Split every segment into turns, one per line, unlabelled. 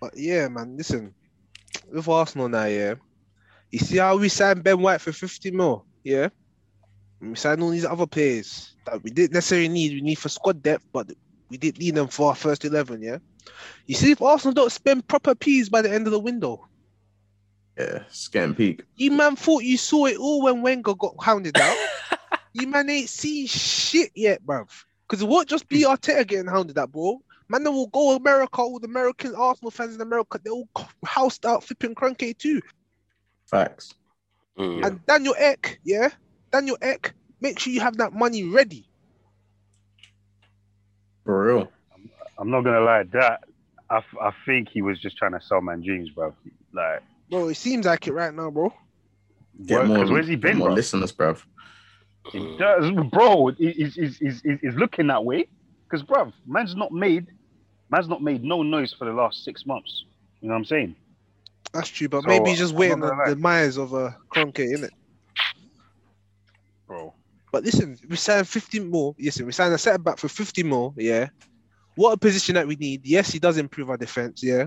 But yeah, man, listen, with Arsenal now, yeah, you see how we signed Ben White for 50 mil, yeah? And we signed all these other players that we didn't necessarily need. We need for squad depth, but we didn't need them for our first 11, yeah? You see, if Arsenal don't spend proper peas by the end of the window,
Yeah, scan peak.
you man thought you saw it all when Wenger got hounded out. you man ain't seen shit yet, bruv. Because it won't just be Arteta getting hounded out, bro. Man, they will go America, all the American Arsenal fans in America, they all c- housed out flipping cranky too.
Facts.
Mm.
And Daniel Eck, yeah, Daniel Eck, make sure you have that money ready.
For real.
I'm not gonna lie, that I, f- I think he was just trying to sell man dreams, bro. Like,
Bro, it seems like it right now, bro.
Get more,
because where's he
get
been,
more
bro?
listeners, bruv.
He does, bro. Is is is is looking that way? Because, bro, man's not made, man's not made no noise for the last six months. You know what I'm saying?
That's true, but
So,
maybe he's just
I'm
waiting on
not gonna
the
lie.
demise of uh, Kroenke, innit?
Bro,
But listen, we signed 50 more. Listen, we signed a set back for 50 more, yeah. What a position that we need. Yes, he does improve our defense, yeah.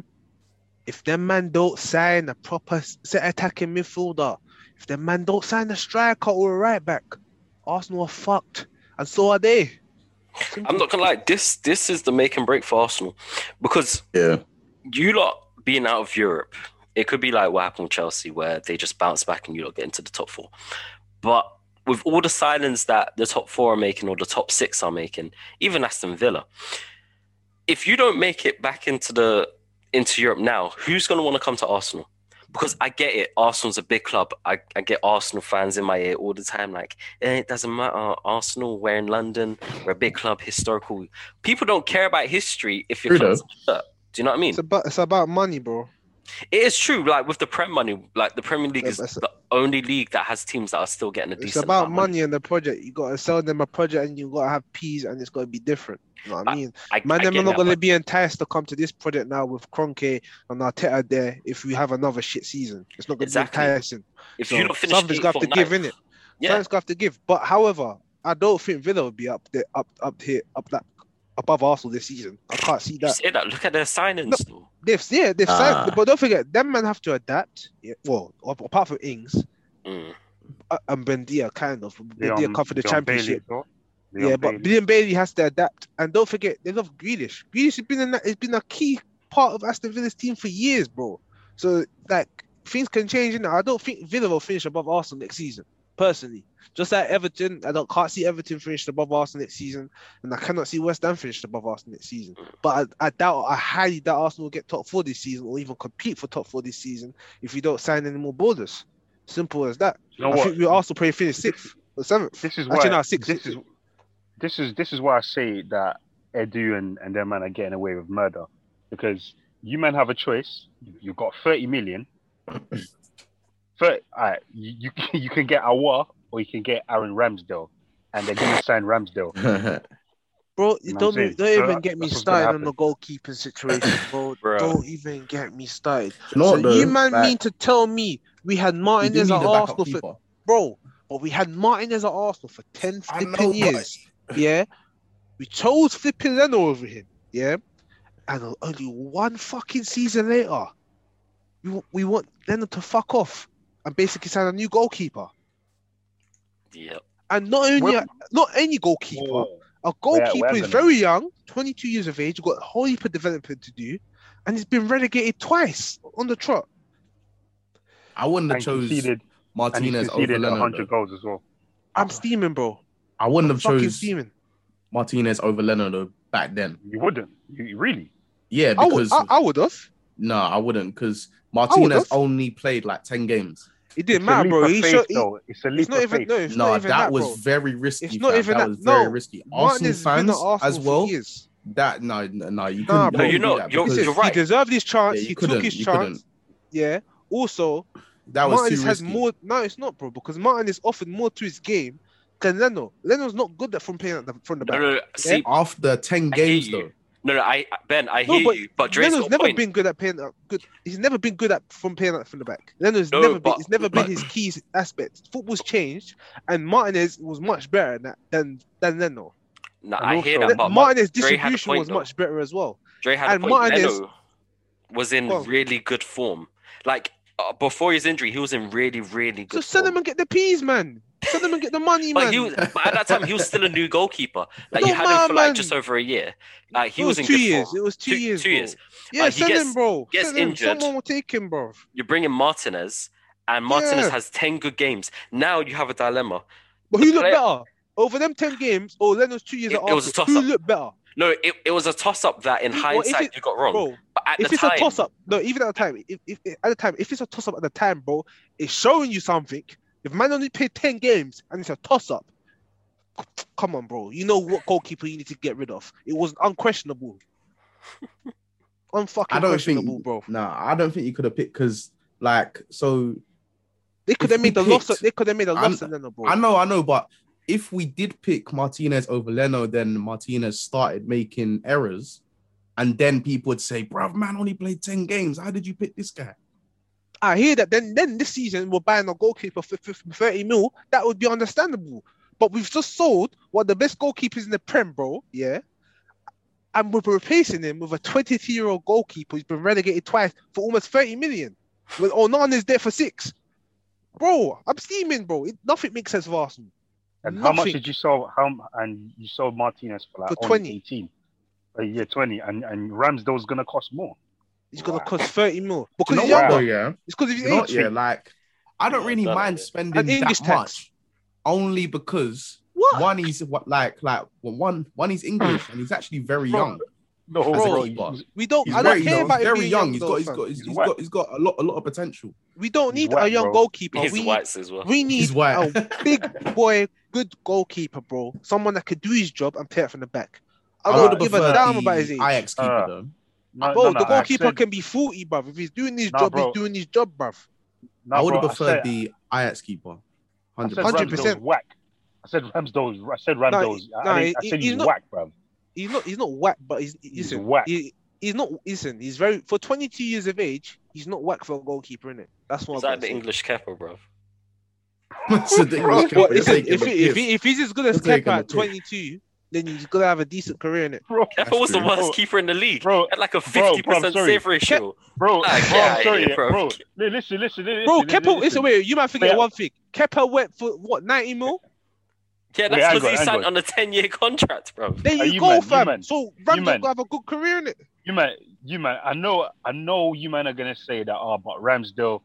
If them man don't sign a proper s- set attacking midfielder, if them man don't sign a striker or a right back, Arsenal are fucked. And so are they.
I'm not gonna lie. This this is the make and break for Arsenal because
Yeah.
you lot being out of Europe, it could be like what happened with Chelsea, where they just bounce back and you lot get into the top four. But with all the signings that the top four are making or the top six are making, even Aston Villa, if you don't make it back into the into Europe now, who's going to want to come to Arsenal? Because I get it, Arsenal's a big club. I, I get Arsenal fans in my ear all the time, like, eh, it doesn't matter. Arsenal, we're in London, we're a big club, historical. People don't care about history if you're.
True, though.
Do you know what I mean?
It's about it's about money, bro.
It is true. Like with the Prem money, like the Premier League
Yeah,
is
that's-
the only league that has teams that are still getting a
It's
decent.
about
amount of money.
money and the project. You gotta sell them a project, and you gotta have peas, and it's gotta be different. You know what I mean?
I,
Man,
I
them
get
are not
that,
gonna
but
be enticed to come to this project now with Cronke and Arteta there if we have another shit season. It's not gonna
Exactly.
be enticing.
if
So
you don't finish
something's
eighth
gonna
or
have to give,
ninth-
innit?
Yeah,
Something's gonna have to give. But however, I don't think Villa will be up there, up up here, up that above Arsenal this season. I can't see
you
that.
say that. Look at their signings. though.
They've yeah, they've signed,
Ah.
but don't forget, them men have to adapt. Yeah, well, a- apart from Ings
Mm.
uh, and Bendia, kind of. Bendia
Leon-
come for the
Leon
championship.
Bailey, bro. Leon
Yeah, but
Bailey.
Liam Bailey has to adapt, and don't forget they love Grealish. Grealish has been in that, has been a key part of Aston Villa's team for years, bro. So like things can change. And I don't think Villa will finish above Arsenal next season, personally. Just like Everton, I don't can't see Everton finished above Arsenal next season, and I cannot see West Ham finished above Arsenal next season. But I, I doubt, I highly doubt Arsenal will get top four this season, or even compete for top four this season if we don't sign any more borders. Simple as that.
you know
I
what?
think we also probably finish sixth or seventh.
This is why.
Actually, no, six.
This is this is this is why I say that Edu and and their man are getting away with murder because you men have a choice. You- You've got thirty million. Thir alright, you you can, you can get Awa or you can get Aaron Ramsdale, and they're going to sign Ramsdale.
Bro,
You know what
don't,
I'm
be-
saying?
don't
So
even
that-
get me
that's what's
started
gonna
on the goalkeeping situation, bro.
Bro.
Don't even get me started.
Not
so
though,
you man
like,
mean to tell me we had
we do
Martinez
need
at
a backup
Arsenal for
keeper.
bro, but we had Martinez at Arsenal for 10
I
flipping
know,
years. Yeah. We chose flipping Leno over him. Yeah. And only one fucking season later, we, wa- we want Leno to fuck off and basically sign a new goalkeeper.
Yeah.
And not only
Where-
not any goalkeeper.
Whoa.
A
Where-
goalkeeper
where's
is
the
very young, 22 years of age, got a whole heap of development to do, and he's been relegated twice on the trot.
I wouldn't have
And
chose
conceded, and he
Martinez over
conceded
Leno.
hundred
though.
goals as well. Oh.
I'm steaming, bro.
I wouldn't have
Fucking
chose
steaming.
Martinez over Leno though, back then.
You wouldn't, you, you really?
Yeah,
I would,
because
I, I would have.
no, I wouldn't because
would've.
Martinez only played like ten games.
It
It's
didn't
a
matter,
leap
bro.
of
He
faith,
showed, he,
though. It's a leap
it's not
of
even
faith.
no, it's
No,
not
that,
even that,
was
bro.
very risky.
It's not
fam.
even
that
that-
was very
no.
risky. Arsenal
Martinez has been
fans
at Arsenal
as well.
for years.
That no, no, no, you
Nah,
couldn't.
bro,
you
you
couldn't
know-
do that
you're-
because
Listen,
you're right.
He deserved his chance.
Yeah, you
he took
couldn't,
his
you
chance. Yeah. Also,
that was
Martinez
too
has
risky.
more. No, it's not, bro, because Martinez offered more to his game than Leno. Leno's not good at from playing at the, from the
No,
back.
no, no. See,
After ten
I hear
games
you.
though,
no, no. I Ben, I
No,
hear
but
you, but Dre's
Leno's
got a
never
point.
been good at playing up. Good, he's never been good at from playing up from the back. Leno's
No,
never been.
but-
It's never
but-
been his key aspect. Football's changed, and Martinez was much better than than, than Leno.
no,
and
I hear
also-
that,
Le-
but
Martinez'
Dre had a
distribution
point,
was
though.
much better as well.
Dre had a
and
point.
Martinez-
Leno was in
Well-
really good form. Like uh, before his injury, he was in really, really
So
good
send
form.
them and get the peas, man. Send them and get the money, man.
But he was, but at that time, he was still a new goalkeeper. Like you
No,
had him for
man,
like just
man.
over a year. Like he
It
was in
two
good
years.
form.
It was two,
Two-
years.
two
bro.
years.
Yeah,
Uh, he
send
gets-
him, bro.
gets
send him.
injured.
Someone will take him, bro.
You bring in Martinez, and Martinez
Yeah.
has ten good games. Now you have a dilemma.
But
The
who looked
player-
better over them ten games or Leno's two years?
It-
at
it was a
Arsenal?
toss-up.
Who looked better,
No, it, it was a toss up that in
Well, if
hindsight
it-
you got wrong.
bro?
but at
If
the
it's
time,
a toss up, no, even at the time, if, if, if- at the time, if it's a toss up at the time, bro, it's showing you something. If man only played ten games and it's a toss up, come on, bro. You know what goalkeeper you need to get rid of. It was unquestionable. Unfucking
I don't
questionable,
think,
bro.
No, I don't think you could have picked because, like, so
They could have
he
made the loss.
picked-
They could have made a
I'm-
loss at Leno, bro.
I know, I know, but if we did pick Martinez over Leno, then Martinez started making errors, and then people would say, "Bruv, man only played ten games. How did you pick this guy?"
I hear that. Then, then this season we're buying a goalkeeper for for- for thirty mil. That would be understandable. But we've just sold one of the best goalkeepers in the Prem, bro. Yeah, and we're replacing him with a twenty-three-year-old goalkeeper who's been relegated twice for almost thirty million. When Onan is there for six, bro. I'm steaming, bro. It, nothing makes sense for Arsenal.
And how much
Nothing.
did you sell? How and you sold Martinez for like
For
only
20.
18. Uh, yeah, 20. And and Ramsdale's gonna cost more.
He's gonna
Wow.
cost thirty mil
You
because
know
he's
what,
young.
though,
younger.
yeah,
It's because of his
You know what,
age.
yeah, like I don't
Yeah,
really
done
mind
it.
spending
And English
that
tax.
much, only because
What?
one he's what like like well, one one he's English and he's actually very
Bro,
young.
No,
bro,
you-
he's-
We don't.
He's
I
very,
don't
you
care
know,
about
he's
him
very
being
young. He's
though,
got he's
fam.
got he's,
He's
he's
whack.
got he's got a lot a lot of potential.
We don't
he's
need a
white,
young
bro.
goalkeeper.
he's
we,
whites as well.
we need
He's white.
a big boy, good goalkeeper, bro. Someone that could do his job and play it from the back. I,
I
don't
would
give a
preferred
damn
the
about his age.
Ajax keeper
Uh,
though.
no,
bro,
no, no,
the
I
goalkeeper
said-
can be 40, bruv. If he's doing his
Nah,
job,
bro.
he's doing his job, bruv.
no,
I would have
bro,
preferred
said-
the Ajax keeper.
I said
100%.
100%.
Ramsdale's whack. I said Ramsdale's. I said Ramsdale's. I,
nah,
I, didn't- I
he-
said
he's
he's,
not-
whack, bro.
He's not he's not whack, but he's, he's listen,
whack.
He, he's not listen, he's very for 22 years of age, he's not whack for a goalkeeper, innit? That's what
He's
I'm
like the English Kepa, bro.
So the English
Well,
keeper is
listen,
taking
if,
the
he, if,
piss.
he, if he's as good as
They're taking
Kepa at
the piss.
22, then he's gonna have a decent career in it.
Bro,
Kepa was the
true.
worst
Bro,
keeper in the league.
bro,
Had like a
bro,
fifty
bro, I'm
percent
sorry.
save ratio.
bro,
Ah,
bro,
yeah,
I'm sorry,
yeah, bro.
bro. Li- Listen, listen, listen,
Bro,
listen,
Kepa,
listen.
listen, wait, you might forget
Yeah.
one thing. Kepa went for what 90 mil?
Yeah,
Wait,
that's
hang
because
on,
he
hang
signed
on.
on a ten-year contract, bro.
There
Uh,
you,
you
go,
man, you
fam.
man,
so
you
Ramsey
man.
gonna have a good career in it.
You man, you man, I know, I know, you man are gonna say that. Oh, but Ramsdale,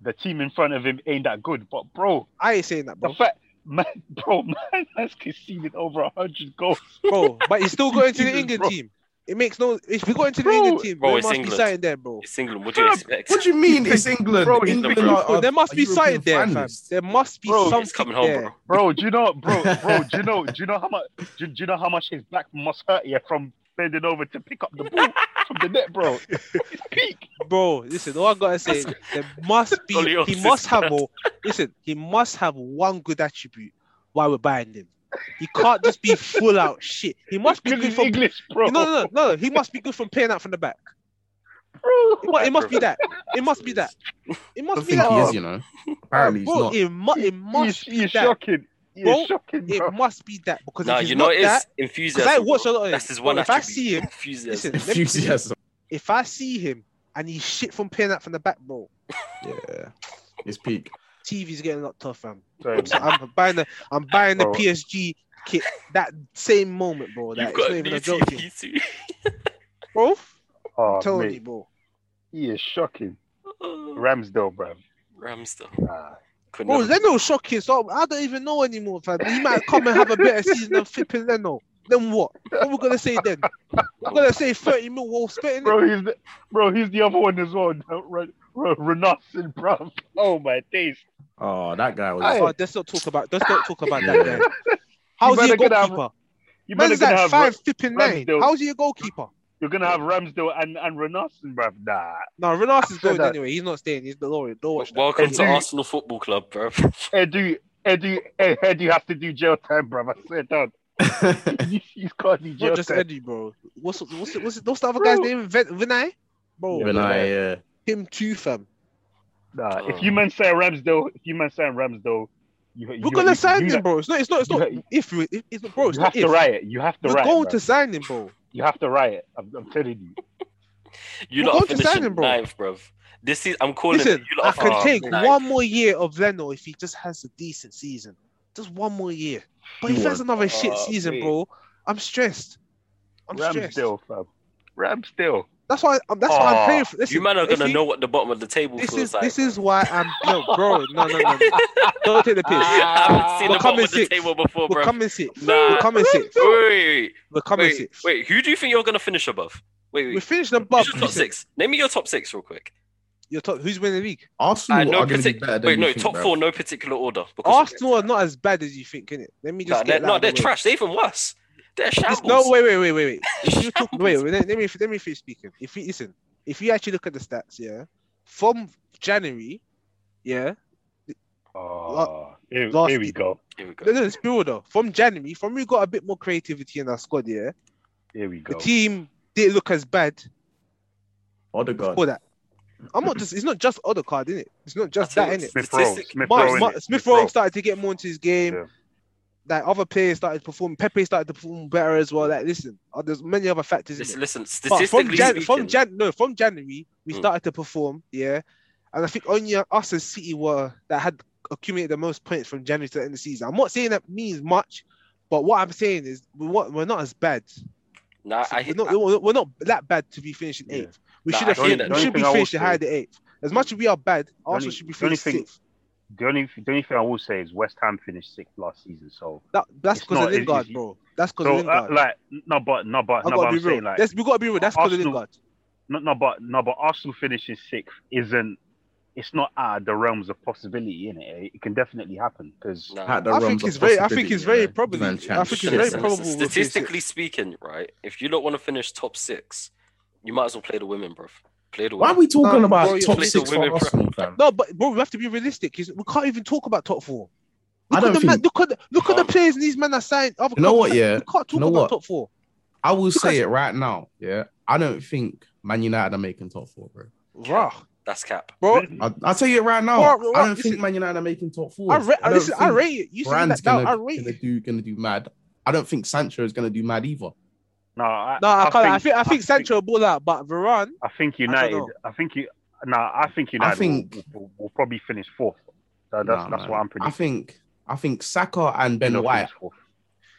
the team in front of him ain't that good. But bro,
I ain't saying that,
the
bro.
fact, man, bro, man has conceded over hundred goals.
bro, but he's still going to the
Jesus,
England
bro. team.
team. It makes no. If we go into the
Bro.
England team,
Bro,
there
it's
must be
England.
something there, bro.
It's England. What do you
Bro,
expect?
What do you mean? It's England.
Bro, he's
England
England.
are,
Bro,
are-
there must
are
be
European
something there, fam.
finalists.
There must be
Bro,
something
It's coming home,
there.
bro.
Bro, do you know, bro, bro, do you know, do you know how much, do, do you know how much his back must hurt you from bending over to pick up the ball from the net, bro? It's peak.
Bro, listen, all I gotta say, is there must be.
Only
He
us
must
is
have. A, listen, he must have one good attribute while we're buying him. He can't just be full out shit. He must be
Because
good
he's
from.
English, bro.
No, no, no, no. He must be good from playing out from the back.
bro.
It mu- it must be that. It must be that. It
I don't
must be
think
that.
he is, you know. Apparently he's
bro,
not.
It, mu- it must
He's,
be
he's
that.
shocking. He's
Bro,
shocking,
It
bro.
must be that because
Nah,
if he's
you know
not
it
that,
is
because I
enthusiasm.
watch a
bro.
lot of.
That's his
bro,
one
if I
attribute.
see him,
Enthusiasm.
listen, let me-
Enthusiasm.
if I see him and he's shit from playing that from the back, bro,
Yeah. It's peak.
TV's getting locked off, fam.
Sorry,
So I'm buying the I'm buying the
Bro.
PSG kit that same moment, bro. That
You've
it's
got
not
a
even
new
a joke, thing.
TV too.
bro.
oh,
I'm telling you,
mate,
bro.
he is shocking.
Oh,
Ramsdale, bro. Ah.
Ramsdale.
Nah.
Could
Bro,
never-
Leno's shocking. So I don't even know anymore, fam. He might come and have a better season than flipping Leno. Then what? What we gonna say then? We're gonna say 30 mil while spitting it.
Bro, he's the, bro, he's the other one as well. Ren- Ren- Renarson, bro. Oh my days.
Oh, that guy was.
Hey.
Oh, let's not talk about let's not talk about that
Yeah.
guy. How's he
better
a
get out-
goalkeeper?
You
Man
better
is
gonna
like
have
five flipping nine.
Ramsdale.
How's he a goalkeeper?
You're gonna have Ramsdale and and Renarson, bruv. Nah.
No, Renas is
Said
going
that.
anyway. He's not staying. He's the lorry. Don't watch that.
Welcome to
Hey,
Arsenal Football Club, bro.
Edu, Edu, eh, Edu has to do jail time, bruv. I swear down. He's, he's got to do jail
Not just
time.
Eddie, bro. What's what's what's, what's the other
Bro.
guy's name? Ven- Vinay, bro.
Even I, uh, yeah.
Him too, fam.
Nah.
Oh.
If you man say Ramsdale, if you man say Ramsdale, you, you,
We're gonna
you,
sign
you,
him, bro. It's not. It's not. It's
you-
not. If we, if, it's not, bro. It's
You
not
have
if.
to riot. You have to
We're
riot.
going
bruv.
to sign him, bro.
You have to riot. I'm, I'm telling you.
You
Well,
lot
go
are
to Sanin,
finishing
bro.
ninth, bruv. This is I'm calling
Listen,
it. You
I
lot
can
are
take
ninth.
one more year of Leno if he just has a decent season. Just one more year. But if he
You
has another shit
Oh,
season,
mate.
bro, I'm stressed. I'm stressed.
Ramsdale, fam. Ramsdale.
That's why. I'm, that's why
Aw,
I'm playing for. Listen,
Ah, You man are
if
gonna
he-
know what the bottom of the table
This
feels
is
like.
this is why I'm no, bro. No, no, no. Don't take the piss.
I haven't seen
We're
the bottom
coming
of the
sixth.
table before,
We're
Ah, bro.
coming sixth.
Nah.
We're coming sixth.
Wait, wait,
We're coming
wait,
sixth.
wait. Who do you think you're gonna finish above? Wait, wait.
We finished above.
Who's your top six? Name me your top six real quick.
Your top. Who's winning the league?
Arsenal
Uh, no
are going to be
partic-
better than
Wait,
you
no,
think,
top
bruv.
four, no particular order. because-
Arsenal are not as bad as you think, innit? Let me
Nah,
just.
they're,
get that
no,
out
they're
of the way.
trash. They're even worse. They're
It's-
shambles.
No, wait, wait, wait, wait, wait. If you talk,
Shambles.
wait, wait, let let me let me finish speaking. If you listen, if you actually look at the stats, yeah, from January, yeah,
Oh, here,
last
here we
year.
go.
Here we go.
no, no, let's be real though. From January, from we got a bit more creativity in our squad, yeah,
Here we
the
go.
team didn't look as bad
Odegaard.
for that. I'm not just. It's not just Odegaard, in it. It's not just
I
that,
tell
in
you
it.
what,
Smith Rowe,
statistic-
Smith Rowe,
Mar-
innit?
Mar- Smith
Smith
Rowe
Rowe.
started to get more into his game.
Yeah.
Like other players started performing. Pepe started to perform better as well. Like listen, uh, there's many other factors. in it.
Listen, listen,
But from
statistically
Jan,
speaking,
from Jan, no, from January we
Mm.
started to perform, yeah, and I think only us as City were that had accumulated the most points from January to the end of the season. I'm not saying that means much, but what I'm saying is we want, we're not as bad.
nah, I,
we're,
hit-
not, we're not- we're not that bad to be finishing
Yeah.
eighth. We
Nah,
should
I
have
hear
fin- we
that. The
should
only
be
thing I will
finishing
say-
higher than eighth. As much as we are bad, Arsenal
only-
should be
the only
finishing
thing-
sixth.
The only, the only thing I will say is West Ham finished sixth last season. So,
That, that's
It's
because of
not- it-
Lingard,
it-
bro. That's because
so
of
uh,
Lingard.
like, no, but no, but
I
no, but
gotta
I'm
be real.
saying like,
That's- we gotta be real. That's because of
Arsenal-
Lingard.
no, no, but no, but Arsenal finishing sixth isn't. It's not out of the realms of possibility, in it. It can definitely happen because
nah.
At the
I
realms
think
of
it's very. I think
possibility,
it's very
yeah.
probably.
Man,
I think it's
Listen,
Champions.
very
listen,
probable.
listen,
we'll finish
statistically speaking, right? If you don't want to finish top six, you might as well play the women, bruv. Play the
Why are
women.
we talking
Nah,
about
bro, you
top
played
six
the
for
women
Arsenal, fam?
No, but bro, we have to be realistic. Is we can't even talk about top four. Look
I
at
don't
the man,
think-
look at the, look at the
Can't.
players these men are signed. Other
You know
clubs,
what, yeah?
we can't talk
You know
about
what?
top four.
I will
Because-
say it right now. Yeah, I don't think Man United are making top four, bro.
Rah,
That's cap.
bro.
I, I'll tell you it right now.
All right, well,
I don't
listen-
think Man United are making top four.
I, ra- I,
don't
listen, I
think
rate it. You said
Brand's
that down.
gonna,
I rate
gonna
it.
do gonna do mad. I don't think Sancho is gonna do mad either.
no, I,
No, I can't. I think I think Sancho will ball out, but Varane.
I think
don't
United.
know.
I, think you. No, I think United.
think-
will, will, will probably finish fourth. So that's
Nah,
that's
man.
what I'm
I
predicting.
think I think Saka and Ben
They'll
White
finish fourth.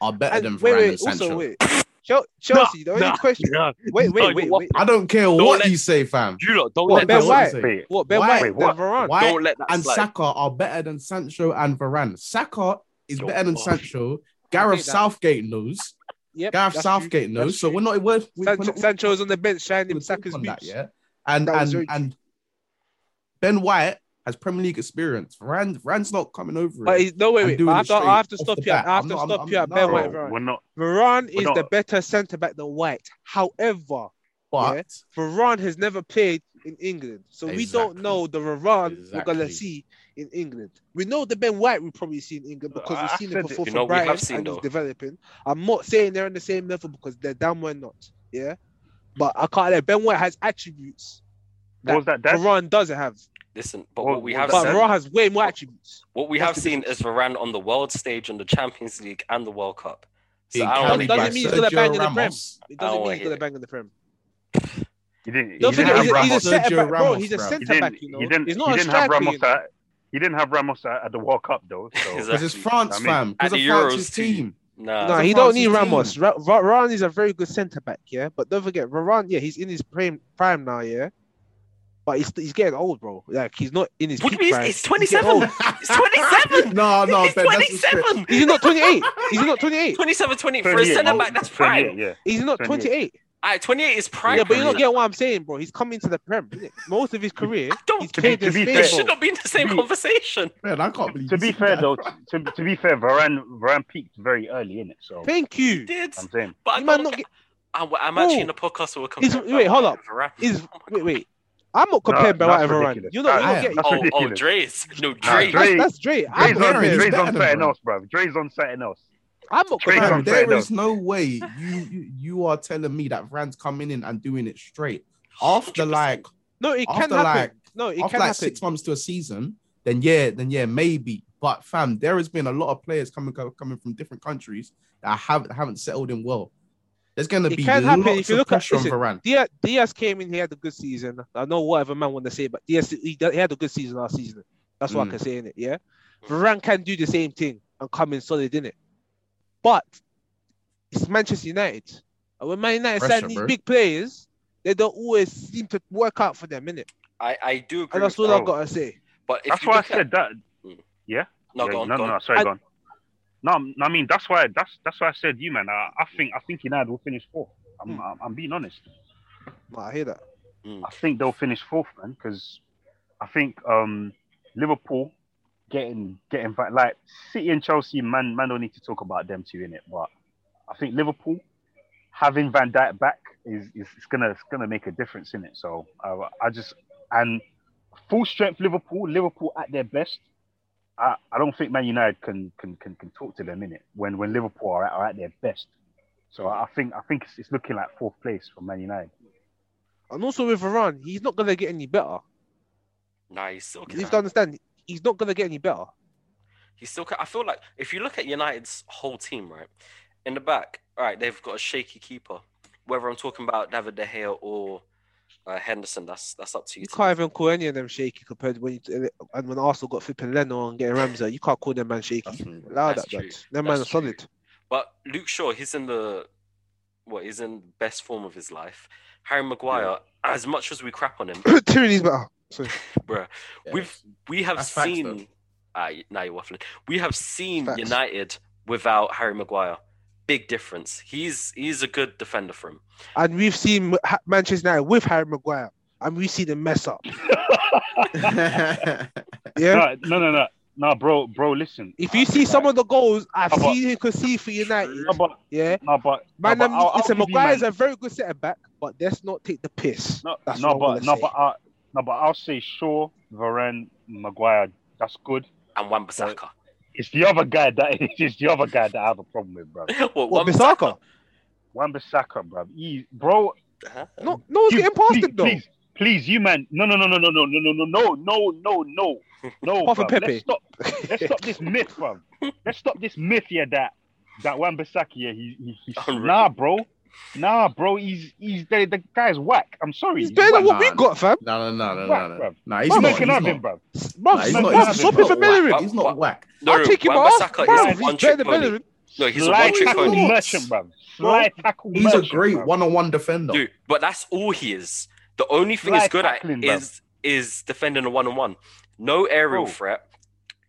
are better
And
than
wait,
Varane
wait.
and Sancho.
Also, wait. Chel- Chelsea. the only
nah,
question.
nah.
Wait, wait,
No,
wait,
you-
wait.
I don't care what
let-
you say, fam.
You lot, don't
What,
let
Ben
that
White?
Wait,
Wait,
What Ben
Why-
White
wait,
than
what?
Varane?
White
Don't let that
and
slide.
Saka are better than Sancho and Varane. Saka is
Yo,
better than
oh.
Sancho. Gareth
Okay, that-
Southgate knows.
Yep,
Gareth
that's true.
Southgate
That's
knows. So
true.
we're not we're, we're, we're
Sancho,
not
Sancho's on the bench shining him
we're
Saka's
on that
boots.
yet. And
That was
and
very true.
and Ben White has Premier League experience. Varane, Varane's not coming over.
But
it.
he's, no, wait,
I'm
wait.
doing
I have,
it
to, I have to
straight off
stop
the
you.
bat.
I have
I'm
to
not-
stop
I'm-
you at
I'm-
Ben
no.
White.
Bro,
Varane.
we're not.
Varane
We're
is
not-
the better centre back than White. However,
but
Varane has never played in England, so we don't
Exactly.
know the Varane we're gonna
Exactly.
see in England. We know the Ben White we probably see in England because
I- I
we've seen
said
him
it.
before
You
from
know, we have
Brighton
seen
and
though.
he's developing. I'm not saying they're on the same level because they're damn well not. Yeah, but I can't. Let Ben White has attributes
What was that? Dad?
Varane doesn't have,
Listen, but
Well,
what we
well,
have
but
seen,
Varane has way more attributes.
what we
that's
have
the
seen is Varane on the world stage, on the Champions League, and the World Cup. So
being
I don't
carried
want
Doesn't
by
mean he's
to.
gonna
Sergio
bang in the Prem.
Ramos.
It
I
doesn't
don't
mean he's gonna
hear
bang in the Prem.
He didn't. He
Don't forget,
He
didn't
he's,
didn't
have
a- he's a
Ramos.
Ramos.
centre back,
Sergio
bro.
Ramos,
He's a
bro.
He
centre
didn't.
back, you know.
He didn't.
he's
he
not a
didn't have
striker. you
Ramos
know.
at. He didn't have Ramos at, at the World Cup though. So
Because it's
Exactly.
France,
I mean,
fam. Because
at
of
the
France's
Euros too.
team.
Nah,
Uh,
No,
That's
he
a
don't need
France's
Ramos.
team.
Ra- Ra- Varane is a very good centre back, yeah. But don't forget, Varane, yeah, he's in his prime prime now, yeah. But he's he's getting old, bro. Like he's not in his
What do
peak
you mean?
prime.
It's
He's getting
27.
old.
It's 27.
No, no,
It's
Ben, that's respect.
27.
He's not 28. He's not 28.
27, 28. For a
28,
centre back, that's
28,
prime.
oh, Yeah.
He's not
28.
28.
All right, 28 is prime.
Yeah, but you're
career.
not getting what I'm saying, bro. He's coming to the Prem. innit? Most of his career,
Don't-
he's
to
played
be-
in
to be
Spain,
fair-
It
bro.
should not be in the same
Be-
conversation.
Man, I can't believe
To
you
be
said
fair
that.
though, to, to be fair, Varane Varane peaked very early in it. So
Thank you.
He did,
I'm saying
but I
Um, You might
don't
not
get-
get.
I'm, I'm
Bro,
actually in the podcast where we're
is-
comparing.
wait, hold
Varane
up.
and Varane.
Is
Oh my
wait
God.
wait. I'm not comparing
No,
Ben White and
that's
Varane.
ridiculous.
You know, you
I
don't
am.
get.
That's
Oh, oh,
ridiculous.
Dre's. No,
Nah,
Dre.
Dre-
That's, that's Dre. I'm
Dre's on,
Varane is
comparing.
Dre's on
better than
something
Varane.
else, bruv. Dre's on something else.
I'm not
Trey
comparing.
Fam,
Trey's on
there
fair
is no way you, you you are telling me that Vran's coming in and doing it straight after
100%.
like
No, it can
after
happen.
like
no, it
after
can
like
happen.
six months to a season, then yeah, then yeah, maybe. But fam, there has been a lot of players coming co- coming from different countries that haven't haven't settled in well. There's going to
It
be
can
lots
happen if you
of
look at-
pressure
listen,
on Varane.
Diaz, Diaz came in. He had a good season. I know whatever man want to say, but Diaz he, he had a good season last season. That's what
Mm.
I can say in it. Yeah,
Hmm.
Varane can do the same thing and come in solid in it. But it's Manchester United, and when Man United
Pressure,
sign these
bro.
big players, they don't always seem to work out for them in it.
I, I do agree.
And that's
with
all
that.
I've got to say.
But if
That's
you
why I
look at-
said that.
No,
Yeah,
go on,
no,
go on.
no, sorry,
I-
go on. No, I'm- no, I mean that's why that's that's why I said you, man. I, I think I think United will finish fourth. I'm,
Hmm.
I'm I'm being honest.
No, I hear that.
I think they'll finish fourth, man, because I think um, Liverpool getting getting back like City and Chelsea, man, man don't need to talk about them two in it, but I think Liverpool having Van Dijk back is, is it's gonna it's gonna make a difference in it. So I, I just and full strength Liverpool, Liverpool at their best. I, I don't think Man United can can can, can talk to them in it when when Liverpool are at, are at their best. So I think I think it's, it's looking like fourth place for Man United.
And also with Varane, he's not gonna get any better.
Nice.
You have to understand, he's not gonna get any better.
He still. Can, I feel like if you look at United's whole team, right, in the back, all right, they've got a shaky keeper. Whether I'm talking about David De Gea or uh, Henderson, that's that's up to you.
You can't even call any of them shaky compared to when you and when Arsenal got flipping Leno and getting Ramsey, you can't call them man shaky. Allow
That's
that, man.
true.
Them man are
That's true.
solid.
But Luke Shaw, he's in the what? He's in the best form of his life. Harry Maguire, as much as we crap on him,
Tierney's better. Sorry.
We've- we have
That's facts,
seen.
though.
Ah, now you're waffling. We have seen
Facts.
United without Harry Maguire. Big difference. He's he's a good defender for him.
And we've seen Ha- Manchester United with Harry Maguire, and we've seen them mess up. Yeah.
No, no, no, no, no, bro, bro. Listen,
If you see some of the goals I've
How about-
seen him concede for United,
no, but,
yeah,
no, but,
man,
no,
them,
but I'll-
listen,
I'll give you,
Maguire's
man.
a very good centre back, but let's not take the piss.
no,
That's
no,
what I
but,
wanna
no,
say.
but, I, no, but I'll say Shaw, Varane, Maguire. That's good.
And Wan Bissaka.
It's the other guy that it's the other guy that I have a problem with, bro.
What,
What,
Wan-Bissaka?
Bissaka?
Wan-Bissaka, bro. He, bro,
Huh?
No, no one's
you,
getting past
please,
him though.
please, please, you man. No, no, no, no, no, no, no, no, no, no, no, no, no, no.
Apart from
bruv.
Pepe.
Let's stop. Let's stop this myth, bro. Let's stop this myth here that that Wan Bissaka here. He, he, he's
Unreal.
nah, bro. Nah, bro. He's he's the, the guy's whack. I'm sorry.
He's better than what we
Nah.
got, fam.
No, no, no, no,
Whack,
no, no.
bruv.
Nah,
He's
he's
not,
not.
making
He's
up
not.
him, bro.
Bro,
Nah, he's
not-
not-
bruv,
he's
swap
not
it for
whack.
Bellerin.
He's not whack.
No,
I'll take him
Wan
off.
Bissaka
Bruv,
is
he's
one
better
trick
than
pony.
Bellerin.
No, he's a
Sly
one trick
he's
tackle
pony.
not.
merchant, bro. Sly tackle
He's a
merchant.
great
bruv.
one-on-one defender.
Dude, but that's all he is. The only thing
Fly
he's good at
tackling, bruv.
is is defending a one on one. No aerial
Bro.
threat,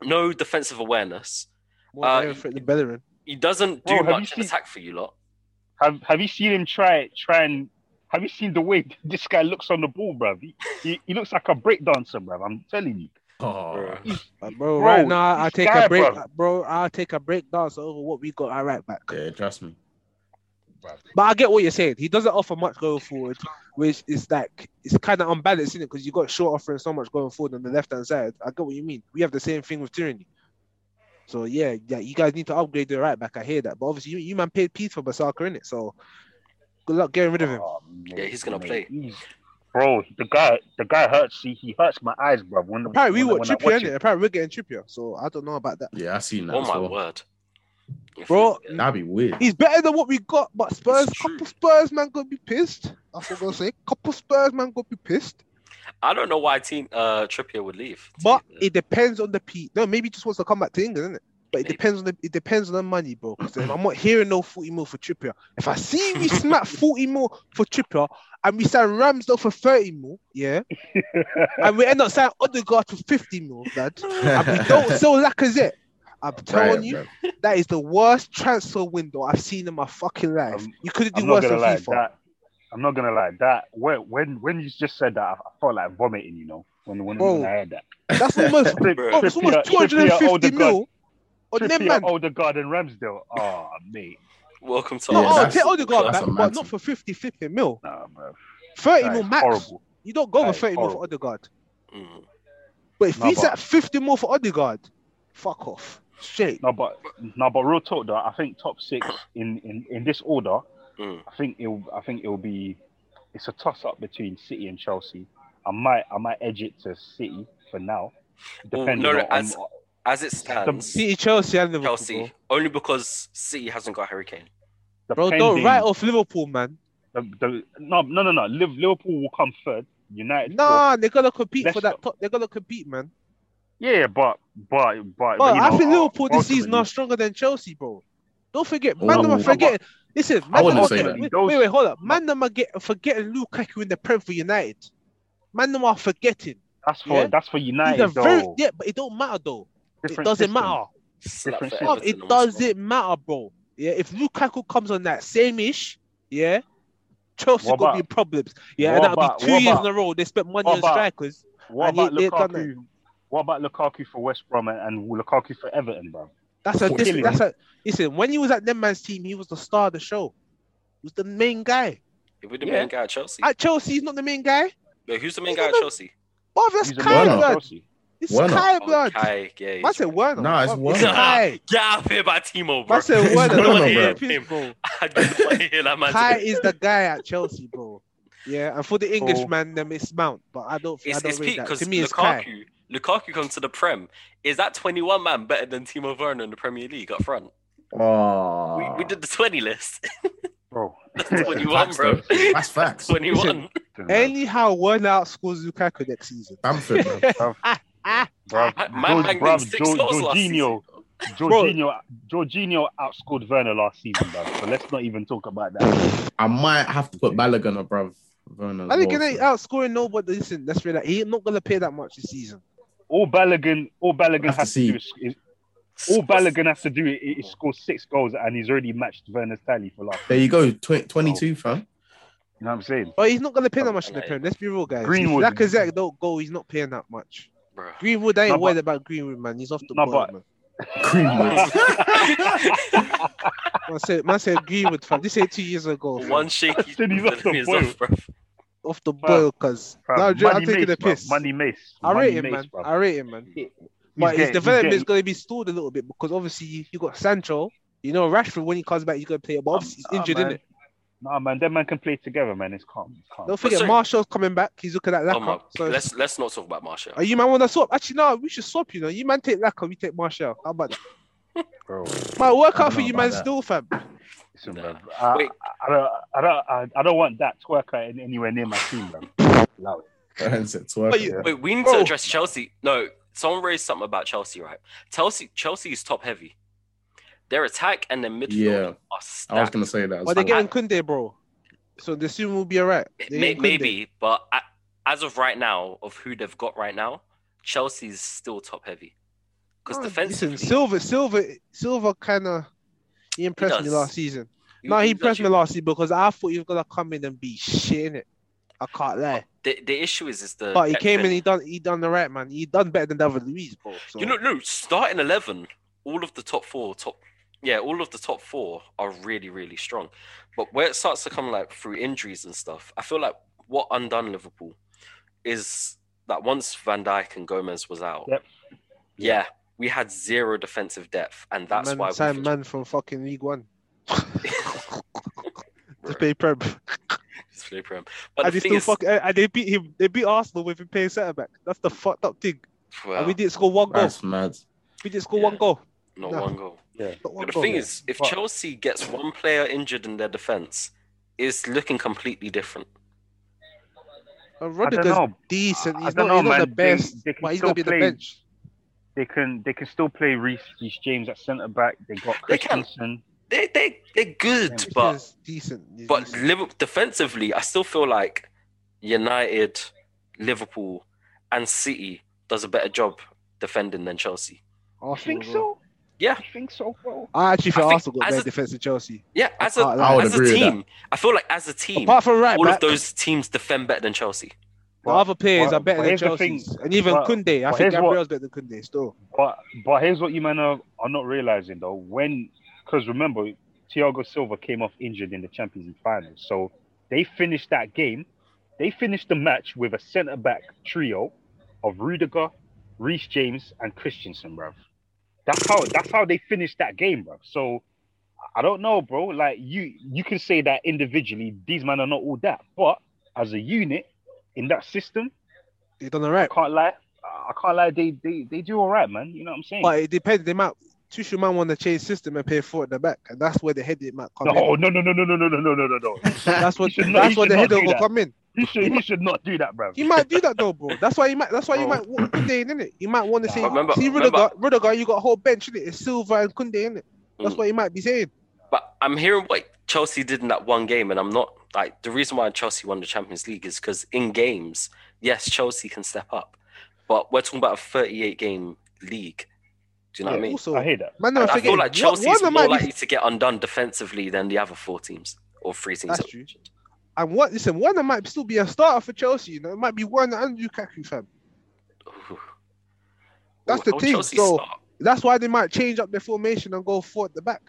no defensive awareness.
More
Uh,
better than Bellerin.
He doesn't
Bro,
do
have you
much in
seen-
attack for you lot.
Have Have you seen him try try and Have you seen the way this guy looks on the ball, bro? He, he, he looks like a break dancer, bro. I'm telling you.
Oh,
Bruh.
But bro,
Bro,
right now I
this
take
guy,
a break,
bro.
bro. I'll take a break dance over what we got at right back.
yeah, trust me.
But I get what you're saying. He doesn't offer much going forward, which is like it's kind of unbalanced, is it? Because you got short offering so much going forward on the left hand side. I get what you mean. We have the same thing with tyranny. So yeah, yeah, you guys need to upgrade the right back. I hear that, but obviously you, you man paid peace for Basaka in it, so good luck getting rid of him.
Oh, mate,
Yeah, he's gonna
mate.
play.
He's- Bro, the guy, the guy hurts. See, he hurts my eyes, bro. When,
Apparently we
when,
were
when I
Trippier
watch
in it.
it.
Apparently we're getting Trippier, so I don't know about that,
Yeah, I seen that.
Oh
as
my
well.
word. If
bro.
you-
That'd be weird.
He's better than what we got, but Spurs,
It's true.
couple Spurs man gonna be pissed. That's what I'm gonna say. Couple Spurs man gonna be pissed.
I don't know why team uh, Trippier would leave. to
But
be fair.
it depends on the P. No, maybe he just wants to come back to England, isn't it? But it
Maybe.
depends on the it depends on the money, bro. 'Cause if I'm not hearing no 40 mil for Trippier. If I see we smack 40 mil for Trippier and we sign Ramsdale for 30 mil, yeah, and we end up signing Odegaard for 50 mil, lad, and we don't sell Lacazette. I'm telling
Right,
you,
bruv.
that is the worst transfer window I've seen in my fucking life.
Um,
you couldn't do
I'm not
worse
gonna
than
lie.
FIFA.
That I'm not gonna lie. That when when when you just said that, I felt like vomiting. You know, when when,
Bro.
when I heard that.
That's almost bro, it's almost 250 mil on them
Trippier,
man.
Odegaard, and Ramsdale. Oh, mate.
Welcome to
No,
Yeah,
oh,
that's-
take Odegaard
that's
back,
a
but
mad
not
team.
for 50, 50 mil.
Nah, bro.
30
That
mil
is
max.
horrible.
You don't go
That
for
is
30 mil for
horrible.
Odegaard.
Mm.
But if
No,
he's
but-
at 50 mil for Odegaard, fuck off. Straight.
No, but no, but real talk though. I think top six in in, in this order.
Mm.
I think it'll I think it'll be it's a toss up between City and Chelsea. I might I might edge it to City for now.
Well,
Depending
Mm. no, no,
on,
as-
on-
As it stands,
City, Chelsea, and Liverpool.
Chelsea, only because City hasn't got Harry Kane.
The
bro. Don't
pending-
write off Liverpool, man.
the, the, no, no, no, no. Liv- Liverpool will come third. United. fourth.
Nah, they're gonna compete for
Leicester.
that. Top, they're gonna compete, man.
Yeah, yeah, but but but.
But
you
I
know,
think
uh,
Liverpool this season
ultimately- Oh,
are stronger than Chelsea, bro. Don't forget, man, them
Ooh.
are forgetting. Listen, man, them
wouldn't
are
say
getting-
that.
Wait, wait, wait, hold up. Man, them are get, forgetting Lukaku in the Prem for United. Man, them are forgetting.
That's for
yeah.
that's for
He's
United
a
though.
very, yeah, but it don't matter though.
Different
it doesn't
system.
matter.
Slap
Different
for
shit.
Bro,
Everton
it
on this
doesn't matter, bro. Yeah, if Lukaku comes on that same ish, yeah, Chelsea
What
gonna
about-
be in problems. Yeah,
what
and that'll
about-
be two
what
years
about-
in a row. They spent money
what
on
about-
strikers.
What
And
about
they- they've done
Lukaku? What about Lukaku for West Brom and, and Lukaku for Everton, bro?
That's a
We're
dis-
killing
that's a listen. When he was at them man's team, he was the star of the show. He was the main guy
It would the
Yeah.
main guy at Chelsea.
at Chelsea. He's not the main guy.
Wait, who's the main
he's
guy
not
at
the-
Chelsea?
Oh, that's
He's a
Kai
Werner.
man at
blood.
Chelsea.
It's
Werner.
Kai
Oh,
blood.
Kai, yeah. he's
Man said
right.
Werner.
Nah, it's
Bruv,
Werner.
Kai.
Get out of here by Timo, bro.
Man said
It's
Werner.
Werner,
Don't
bro.
get pissed, bro.
I didn't want to hear that man.
Kai
say-
is the guy at Chelsea, bro. Yeah, and for the Englishman, them it's Mount, but I don't. I
It's,
don't
it's
rate
peak
that.
because
To me,
Lukaku,
it's Kai.
Lukaku comes to the Prem. Is that 21 man better than Timo Werner in the Premier League up front? We,
Oh,
Ah.
we did the 20 list.
bro.
That's 21,
Facts,
bro.
though. That's facts.
21.
Anyhow, Werner outscores Lukaku next season.
Bamford, man.
Bro,
My- my man did six goals last
Jorginho, Jorginho, Jorginho outscored Werner last season, bro. So let's not even talk about that.
I might have to put Balogun up, bruv. Werner as
I think
well,
he
so.
outscoring nobody. Listen, let's read that. He's not gonna pay that much this season.
All Balogun, all Balogun
Have to
has to,
see.
do is, is all Balogun has to do is, is score six goals, and he's already matched Werner's tally for last.
There you go, tw- 22, fam.
You know what I'm saying?
But he's not gonna pay that
Um,
much in the
like-
Prem. Let's be real, guys.
Greenwood.
If Lacazette don't go, he's not paying that much.
Bro.
Greenwood, I ain't
No, but-
worried about Greenwood, man. He's off the
No,
ball,
but-
man.
Greenwood.
Man said, man said Greenwood, fam. This ain't two years ago. fam.
One shaky.
Said he's off the
he's
boil.
off, bro.
Off the boil, cause
Bro,
Nah, I'm j- I'm
Money
taking
Mace,
the
bro.
piss.
Money Mace.
I
Money
rate him,
Mace,
man.
bro.
I rate him, man.
He's
But his
getting- he's
development is
getting-
going to be stalled a little bit because obviously you got Sancho. You know, Rashford when he comes back, he's going to play. But
Um,
obviously
nah,
he's injured,
man.
innit?
Nah, man, them man can play together, man. It's calm. It's calm.
Don't forget,
sorry.
Marshall's coming back. He's looking at
Oh
Laka.
my,
so
let's let's not talk about Martial.
are you man want to swap? Actually, no, we should swap. You know, you man take Laka, we take Marshall. How about that?
Bro,
Man, work
I
out
don't
for
know
you,
about
man.
that.
Still, fam.
listen,
Nah.
bro. I,
Wait.
I, I don't, I don't, I, I don't want that twerker in, anywhere near my team, bro. Like,
Handset twerker.
But you-
Yeah.
Wait, we need
Bro.
to address Chelsea. No, someone raised something about Chelsea, right? Chelsea, Chelsea is top heavy. Their attack and their midfield
Yeah.
are
I was
stacked.
gonna say that. as
But they're
well.
getting Kunde, bro. So they soon will be alright. They
May-
ain't Koundé.
maybe, but a- as of right now, of who they've got right now, Chelsea's still top heavy. Because
Oh,
defensively,
listen, Silver, Silver, Silver, kind of he impressed me
does.
last season.
you-
no, he
you
impressed me
actually-
last season because I thought he was gonna come in and be shit in it. I can't lie.
The, the issue is, is the
But he
depth
came
in-
in, he done, he done the right man. He done better than David Luiz, bro. So.
You know, no, starting eleven, all of the top four, top yeah, all of the top four are really, really strong. But where it starts to come like through injuries and stuff, I feel like what undone Liverpool is that once Van Dijk and Gomez was out,
Yep.
yeah, we had zero defensive depth, and that's
man,
why
signed
we
man from fucking League One.
Bro.
Just pay prem.
It's really prim. But
and
the
they
thing
still
is,
fuck. eh, And and they beat him. They beat Arsenal with him paying centre back. That's the fucked up thing.
well,
And we didn't score one goal.
That's mad.
We didn't score
Yeah.
one goal.
not
no.
one goal.
Not one
But the
goal.
thing is, if
But-
Chelsea gets one player injured in their defense, it's looking completely different.
And
I don't
Rodriguez
know.
decent.
I
He's
don't
not, he's
know,
not the
man. They-
best,
they can
but he's
still
gonna be the
play.
bench.
They can, they can still play Reece, Reece James at centre back. They got
They can.
Christensen.
They they they're good,
Yeah,
but
He's decent. He's
But
decent.
Liverpool, defensively, I still feel like United, Liverpool, and City does a better job defending than Chelsea.
I
Arsenal
think
as well.
so.
Yeah.
I think so, bro.
I actually feel
I think
Arsenal got
as
better
a-
defense than Chelsea.
Yeah, as a,
I can't
lie. I would
as a
agree with that.
team, I feel like as a team,
Apart from right
all
back,
of those teams defend better than Chelsea.
the other players
but-
are better
but
than
here's the
Chelsea. And even
but-
Kunde. I think
but here's what-
Gabriel's better than Kunde still.
But but here's what you man are, are not realizing though. When because remember, Thiago Silva came off injured in the Champions League final, so they finished that game. They finished the match with a centre back trio of Rudiger, Reece James, and Christensen, bruv. That's how that's how they finished that game, bruv. So I don't know, bro. Like you you can say that individually, these men are not all that, but as a unit in that system,
They done alright.
I can't lie. I can't lie. They they, they do all right, man. You know what I'm saying?
But it depends. They might Tuchel might want to change system and play four at the back, and that's where the headache might come in.
No, no, no, no, no, no, no, no, no, no, no.
That's what
should not-
that's
he
where the
should not
headache
do
will
that.
come in.
He should, he should not do that, bruv.
He might do that though, bro. That's why he might. That's why you
Bro.
might want Kunde in it. You might want to
Nah.
say,
Remember-
see
remember-
Rudiger, Rudiger, you got a whole bench in it. It's Silva and Kunde in it. That's
Mm.
what he might be saying.
But I'm hearing what Chelsea did in that one game, and I'm not like the reason why Chelsea won the Champions League is because in games, yes, Chelsea can step up, but we're talking about a 38 game league. Do you know what I mean?
Also,
I hear that.
man,
I,
I'm
I feel
forgetting. one-
like Chelsea's
one of them
more
might be-
likely to get undone defensively than the other four teams or three teams.
That's true. And what? Listen, one of them might still be a starter for Chelsea. You know, it might be one and Lukaku fam.
Ooh.
That's
Ooh,
the
how would
thing,
Oh, Chelsea
so-
start?
That's why they might change up their formation and go four at the back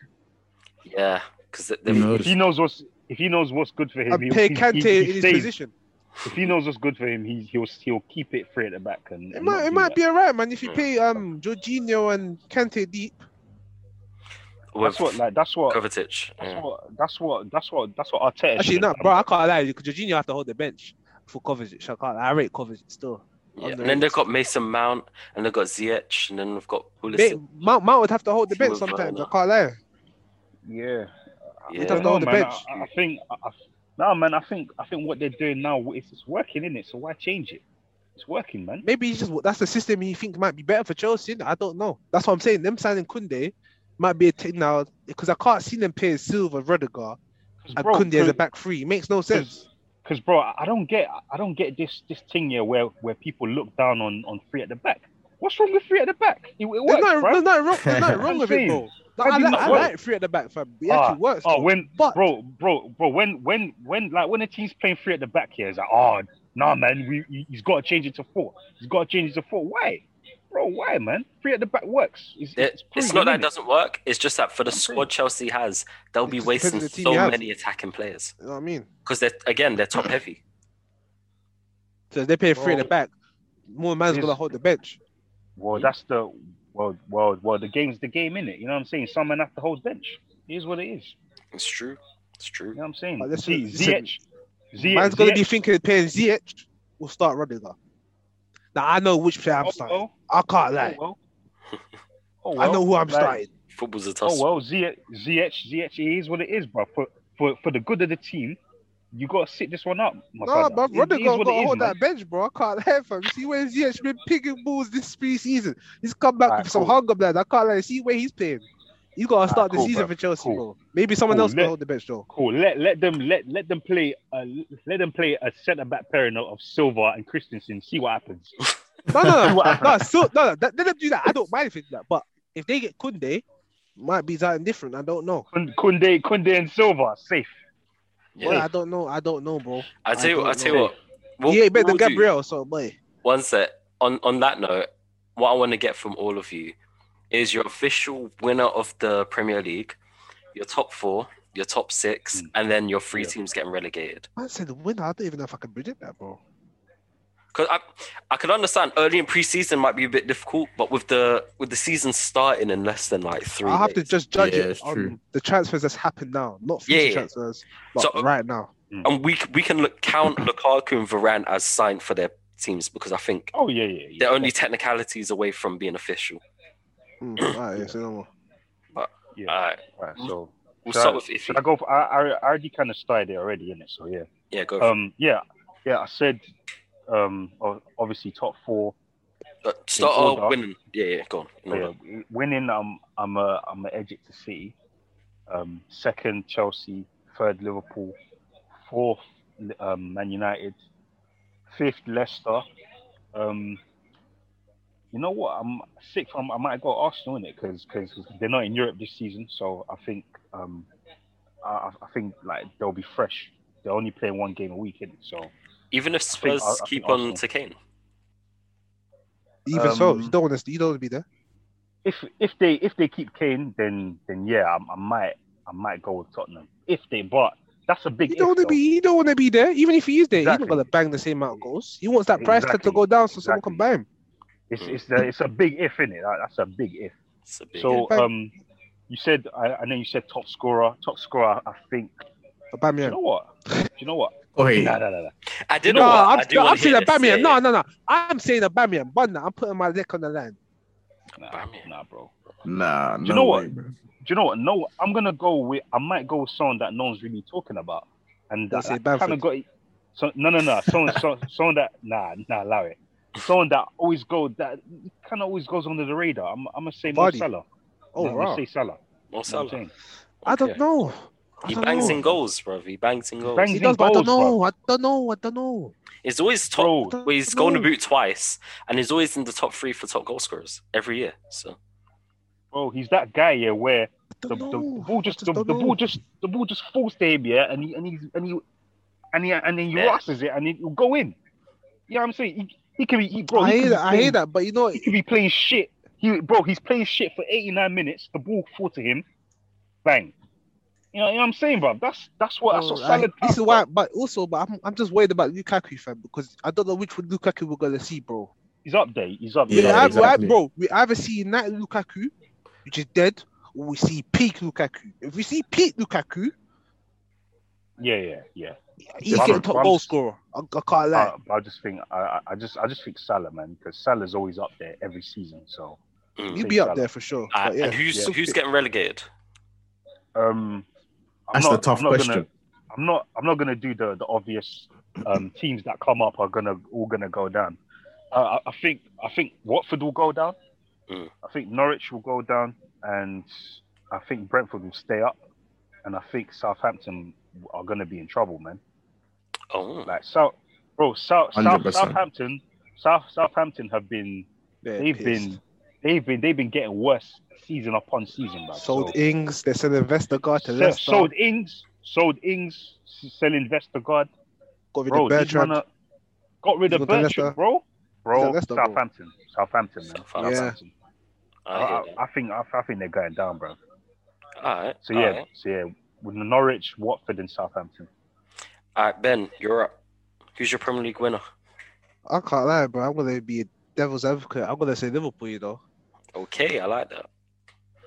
yeah, because
Who knows?
If he knows what's if he knows what's good for him,
and
he,
play
he,
Kante
he,
in
he
his
stays.
position.
If he knows what's good for him, he, he'll he'll keep it free at the back and.
It
and
might,
not
it
do
might
that.
be alright, man. If you
Mm.
play um Jorginho and Kante deep,
That's what like that's what
Kovacic.
that's
yeah.
what that's what that's what that's what Arteta.
actually
should
no,
have done.
bro. I can't lie. Jorginho have to hold the bench for Kovacic. I can't. I rate Kovacic still.
Yeah. And then they've got Mason Mount, and they've got Ziyech, and then we've got
Mate,
Pulisic.
Mount, Mount would have to hold the
He
bench
was
sometimes. I
right,
can't lie.
Yeah.
doesn't
Yeah.
I don't
know the
man.
bench.
I, I think. I, I, nah, man. I think. I think what they're doing now is it's working, in it? So why change it? It's working, man.
Maybe he's just that's the system he thinks might be better for Chelsea. innit? I don't know. That's what I'm saying. Them signing Kunde might be a thing now because I can't see them playing Silva, Rudiger, and Kunde as a back three. It makes no sense.
Because, bro, I I don't get. I don't get this this thing here where where people look down on on three at the back. What's wrong with three at the back? It, it
There's
works,
nothing,
bro.
there's nothing wrong, there's nothing wrong
I'm
with it,
saying.
bro. No, I,
How do you
like,
not
I
work?
like three at the back, fam. It
Ah,
actually works.
Oh,
though.
when
but
bro, bro, bro, when when when like when a team's playing three at the back here, it's like, oh, nah, man, we he- he's got to change it to four. He's got to change it to four. Why, bro? Why, man? Three at the back works. It's,
It- it's
proven,
not that it
innit?
doesn't work. It's just that for the
I'm
squad Chelsea has, they'll be
It just depends
wasting
on the team
so
you have.
many attacking players
you know what I mean,
because they're again they're top heavy.
so if they play three at
Bro.
the back. More man's
Yes.
gonna hold the bench.
Well, that's the well, well, well. The game's the game, innit? You know what I'm saying? Someone have to hold bench. Here's what it is.
It's true. It's
You
true.
know what I'm saying?
But listen,
Z-
listen,
Ziyech, Ziyech,
man's gonna be
Ziyech.
thinking of playing Ziyech. We'll start Rudiger. Now I know which player I'm
Oh,
starting.
well,
I can't
oh,
lie.
well. Oh,
I know who I'm
like,
starting.
Football's a toss.
Oh well, Ziyech, Ziyech, Ziyech it E is what it is, bro. For for for the good of the team, you gotta sit this one up. my
Nah,
brother.
bro,
It- it
Rudiger
is
got
what it
to
is,
hold
man.
that bench, bro. I can't lie, fam. You see where Ziyech been picking balls this pre-season. He's come back
Alright,
with some
cool.
hunger, blood. I can't lie. See where he's playing. He's got to
Alright,
start the
cool,
season
bruv.
for Chelsea,
Cool.
bro. Maybe someone
Cool,
else can
let-
hold the bench, though.
Cool. Let let them let let them play uh, let them play a centre back pairing of of Silva and Christensen. See what happens.
No, no, no.
happened.
no, so, no, no. That, let them do that. I don't mind if they do that. But if they get Kunde, might be something different. I don't know.
Kun- Kunde Kunde and Silva safe.
yeah.
Well, I don't know. I don't know, bro.
I tell you.
I
what- I
don't
tell
know.
you what. We'll-
yeah, better
we'll
than
do-
Gabriel, so, boy.
One sec. On on that note, what I want to get from all of you is your official winner of the Premier League, your top four, your top six,
Mm.
and then your three
Yeah.
teams getting relegated.
Man said the winner. I don't even know if I can predict that, bro.
Because I, I could understand early in preseason might be a bit difficult, but with the with the season starting in less than like three,
I'll have to
days,
just judge
Yeah,
it
it's
on
true.
the transfers that's happened now, not future
Yeah, yeah.
transfers, but
So-
right now.
and we c- we can look, count Lukaku and Varane as signed for their teams because I think
Oh yeah yeah. yeah.
they're only technicalities away from being official.
Mm, alright, yeah, so no more.
yeah.
All right,
Alright, so
we'll
Should
start
I-
with Ife.
should I go? For, I, I I already kind of started it already in it. So yeah.
Yeah, go. For it.
Um yeah yeah. I said um o- obviously top four.
Uh, Start
in order.
uh, winning. Yeah, yeah, go on. In order.
Yeah, w- uh, winning, I'm I'm a I'm an edge it to City. Um, second Chelsea, third Liverpool, fourth um, Man United, fifth Leicester. Um, you know what? I'm sixth. I'm, I might go Arsenal in it because they're not in Europe this season, so I think um, I, I think like they'll be fresh. They're only playing one game a week, innit? so
Even if
think-
Spurs
I- I think
keep on
Arsenal.
to Kane,
Even so, you
Um,
don't want to. You don't want to be there.
if if they if they keep Kane, then then yeah, I, I might I might go with Tottenham if they. But that's a big.
You don't
if,
want to
though.
be. You don't want to be there. Even if he is there, he's
Exactly.
not gonna bang the same amount of goals. He wants that price tag to
Exactly.
go down so someone can
Exactly.
buy him.
It's it's a, it's a big if in it. That's a big if.
it's a big.
So
if.
um, you said I, I know you said top scorer. Top scorer. I think. Do you
Aubameyang.
know what? Do you know what?
Okay,
No no no no.
I did.
No,
not.
I'm,
I do
I'm
want to
saying
hear this. Yeah,
Aubameyang. No,
yeah.
no, no. I'm saying Aubameyang. But no, I'm putting my neck on the line.
Nah,
Bam, yeah.
nah, bro.
Nah, no
you know
way,
what?
bro.
Do you know what? No, I'm gonna go with. I might go with someone that no one's really talking about, and
Let's
that
say
kind
Bamford.
of got. So no, no, no. Someone, so, someone that nah, nah, allow it. Someone that always go that kind of always goes under the radar. I'm, I'm gonna say Mo
Vardy.
Salah.
Oh,
I'm
wow.
gonna say
Mo
Salah. You know what I'm
Salah.
saying?
I don't
Okay.
know. I
He
don't
bangs
know.
in goals, bro. He bangs in goals.
bangs
He
in
does, but I don't
goals,
know.
bruv.
I don't know. I don't know.
He's always top.
Bro.
well, he's golden boot twice, and he's always in the top three for top goal scorers every year. So
Bro, he's that guy yeah, where
I
the, the,
don't know.
the ball just,
just
the,
don't
the
know.
ball just the ball just falls to him yeah, and he and he's and he and he and then he
Yeah.
rushes it and he'll go in. You know what I'm saying? He, he can be. He, bro,
I
he
hear
can
that.
be
I
playing-
hear that. But you know, what?
He could be playing shit. He, bro, he's playing shit for 89 minutes. The ball fall to him. Bang. You know, you know what I'm saying, bro? That's that's what that's
Bro,
what
like,
salad.
uh, Oh, this is why, but also, but I'm, I'm just worried about Lukaku, fam, because I don't know which one Lukaku we're gonna see, bro.
he's up there. He's up
We
there.
Yeah,
either,
exactly.
bro, we either see that Lukaku, which is dead, or we see peak Lukaku. If we see peak Lukaku,
Yeah, yeah, yeah.
he's
Yeah,
getting
but
top
I'm-
goal scorer. I, I can't lie.
I, I just think I, I- I just I just think Salah, man, because Salah's always up there every season. So
Mm.
He'll
think
be up
Salah.
there for sure.
Uh,
but yeah,
and who's
yeah.
who's getting relegated?
um, I'm
That's
not,
the tough
I'm not
question.
Gonna, I'm not I'm not gonna do the the obvious um, teams that come up are gonna all gonna go down. Uh, I, I think I think Watford will go down.
Mm.
I think Norwich will go down, and I think Brentford will stay up, and I think Southampton are gonna be in trouble, man.
Oh,
Like South, bro, South, South
100%.
Southampton, South Southampton have been
They're
they've
pissed.
been they've been they've been getting worse season upon season, bro.
sold
So-
Ings. They sent Vestergaard to
Se-
Leicester.
sold Ings, sold Ings, s- selling Vestergaard.
got rid
Bro,
of
these
Bertrand.
man are- got rid
He's
of
gone to
Bertrand,
Leicester.
bro.
He's
Bro,
at Leicester, bro.
Southampton, Southampton, man.
Southampton.
Southampton. I,
I hear
I- I think I, I think they're going down, bro.
that. All right.
So yeah, so yeah, with Norwich, Watford, and Southampton.
All right, Ben, you're up. Who's your Premier League winner?
I can't lie, bro. I'm gonna be a devil's advocate. I'm gonna say Liverpool, you know.
Okay, I like that.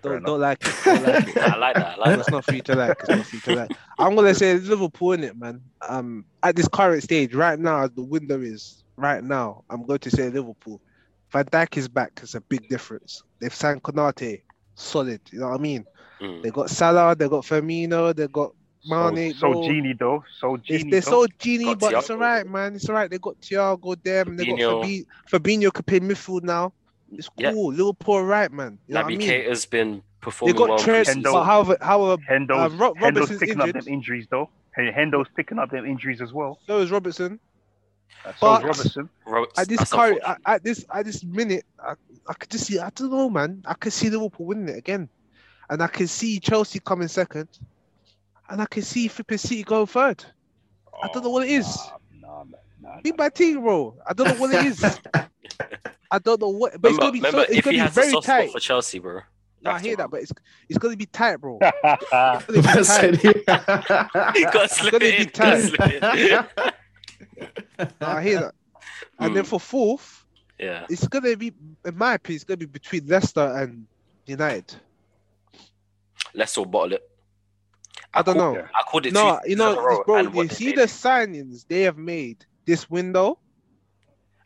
Fair
Don't don't like it. Don't like it.
I like that. I like
It's
that.
not for you to like. It's not for you to like. I'm gonna say Liverpool in it, man. Um, at this current stage, right now, as the window is right now, I'm going to say Liverpool. Van Dijk is back. It's a big difference. They've signed Konate, solid. You know what I mean?
Mm.
They got Salah, they got Firmino, they got Mane.
so,
bro.
so Genie though, so
It's,
Genie.
they're so genie,
Got
but it's
Thiago.
alright, man. It's alright. They got Thiago there, and they got
Fabinho.
Fabi- Fabinho could play midfield now. It's
Yeah.
cool. Liverpool, right, man? You know what I
Naby
mean?
Keita's been
They
performing well.
got Trent,
pre-season.
Kendall.
but however, however,
Hendo's,
Uh, Ro-
Hendo's
Robertson's
picking up
injured.
them injuries though. Hey, Hendo's picking up them injuries as well.
so is Robertson.
Uh, so
But-
Robertson.
Roberts-
at this
that's
current,
unfortunate.
at, at this at this minute, I, I could just see. I don't know, man. I could see Liverpool winning it again, and I can see Chelsea coming second, and I can see flipping City going third. I don't know what it is.
Nah, nah, man, nah,
Be
nah.
my team, bro. I don't know what it is. I don't know what, but
remember,
it's gonna be, so,
remember
it's
if he
gonna be
has a
very
soft spot
tight.
for Chelsea, bro.
No, I
That's
hear
the-
that, but it's it's gonna be tight, bro. It's gonna be
I
tight.
said-
You gotta slip
gonna
it
be
in, gotta slip it
No, I hear that. And then
Mm.
for fourth,
in. Yeah.
it's gonna be, in my opinion, it's gonna be between Leicester and United.
Let's all bottle it.
I don't
called-
know.
I called it
No,
two
you
seasons in
know,
a row,
bro,
and what
you
they
see
did.
the signings they have made this window.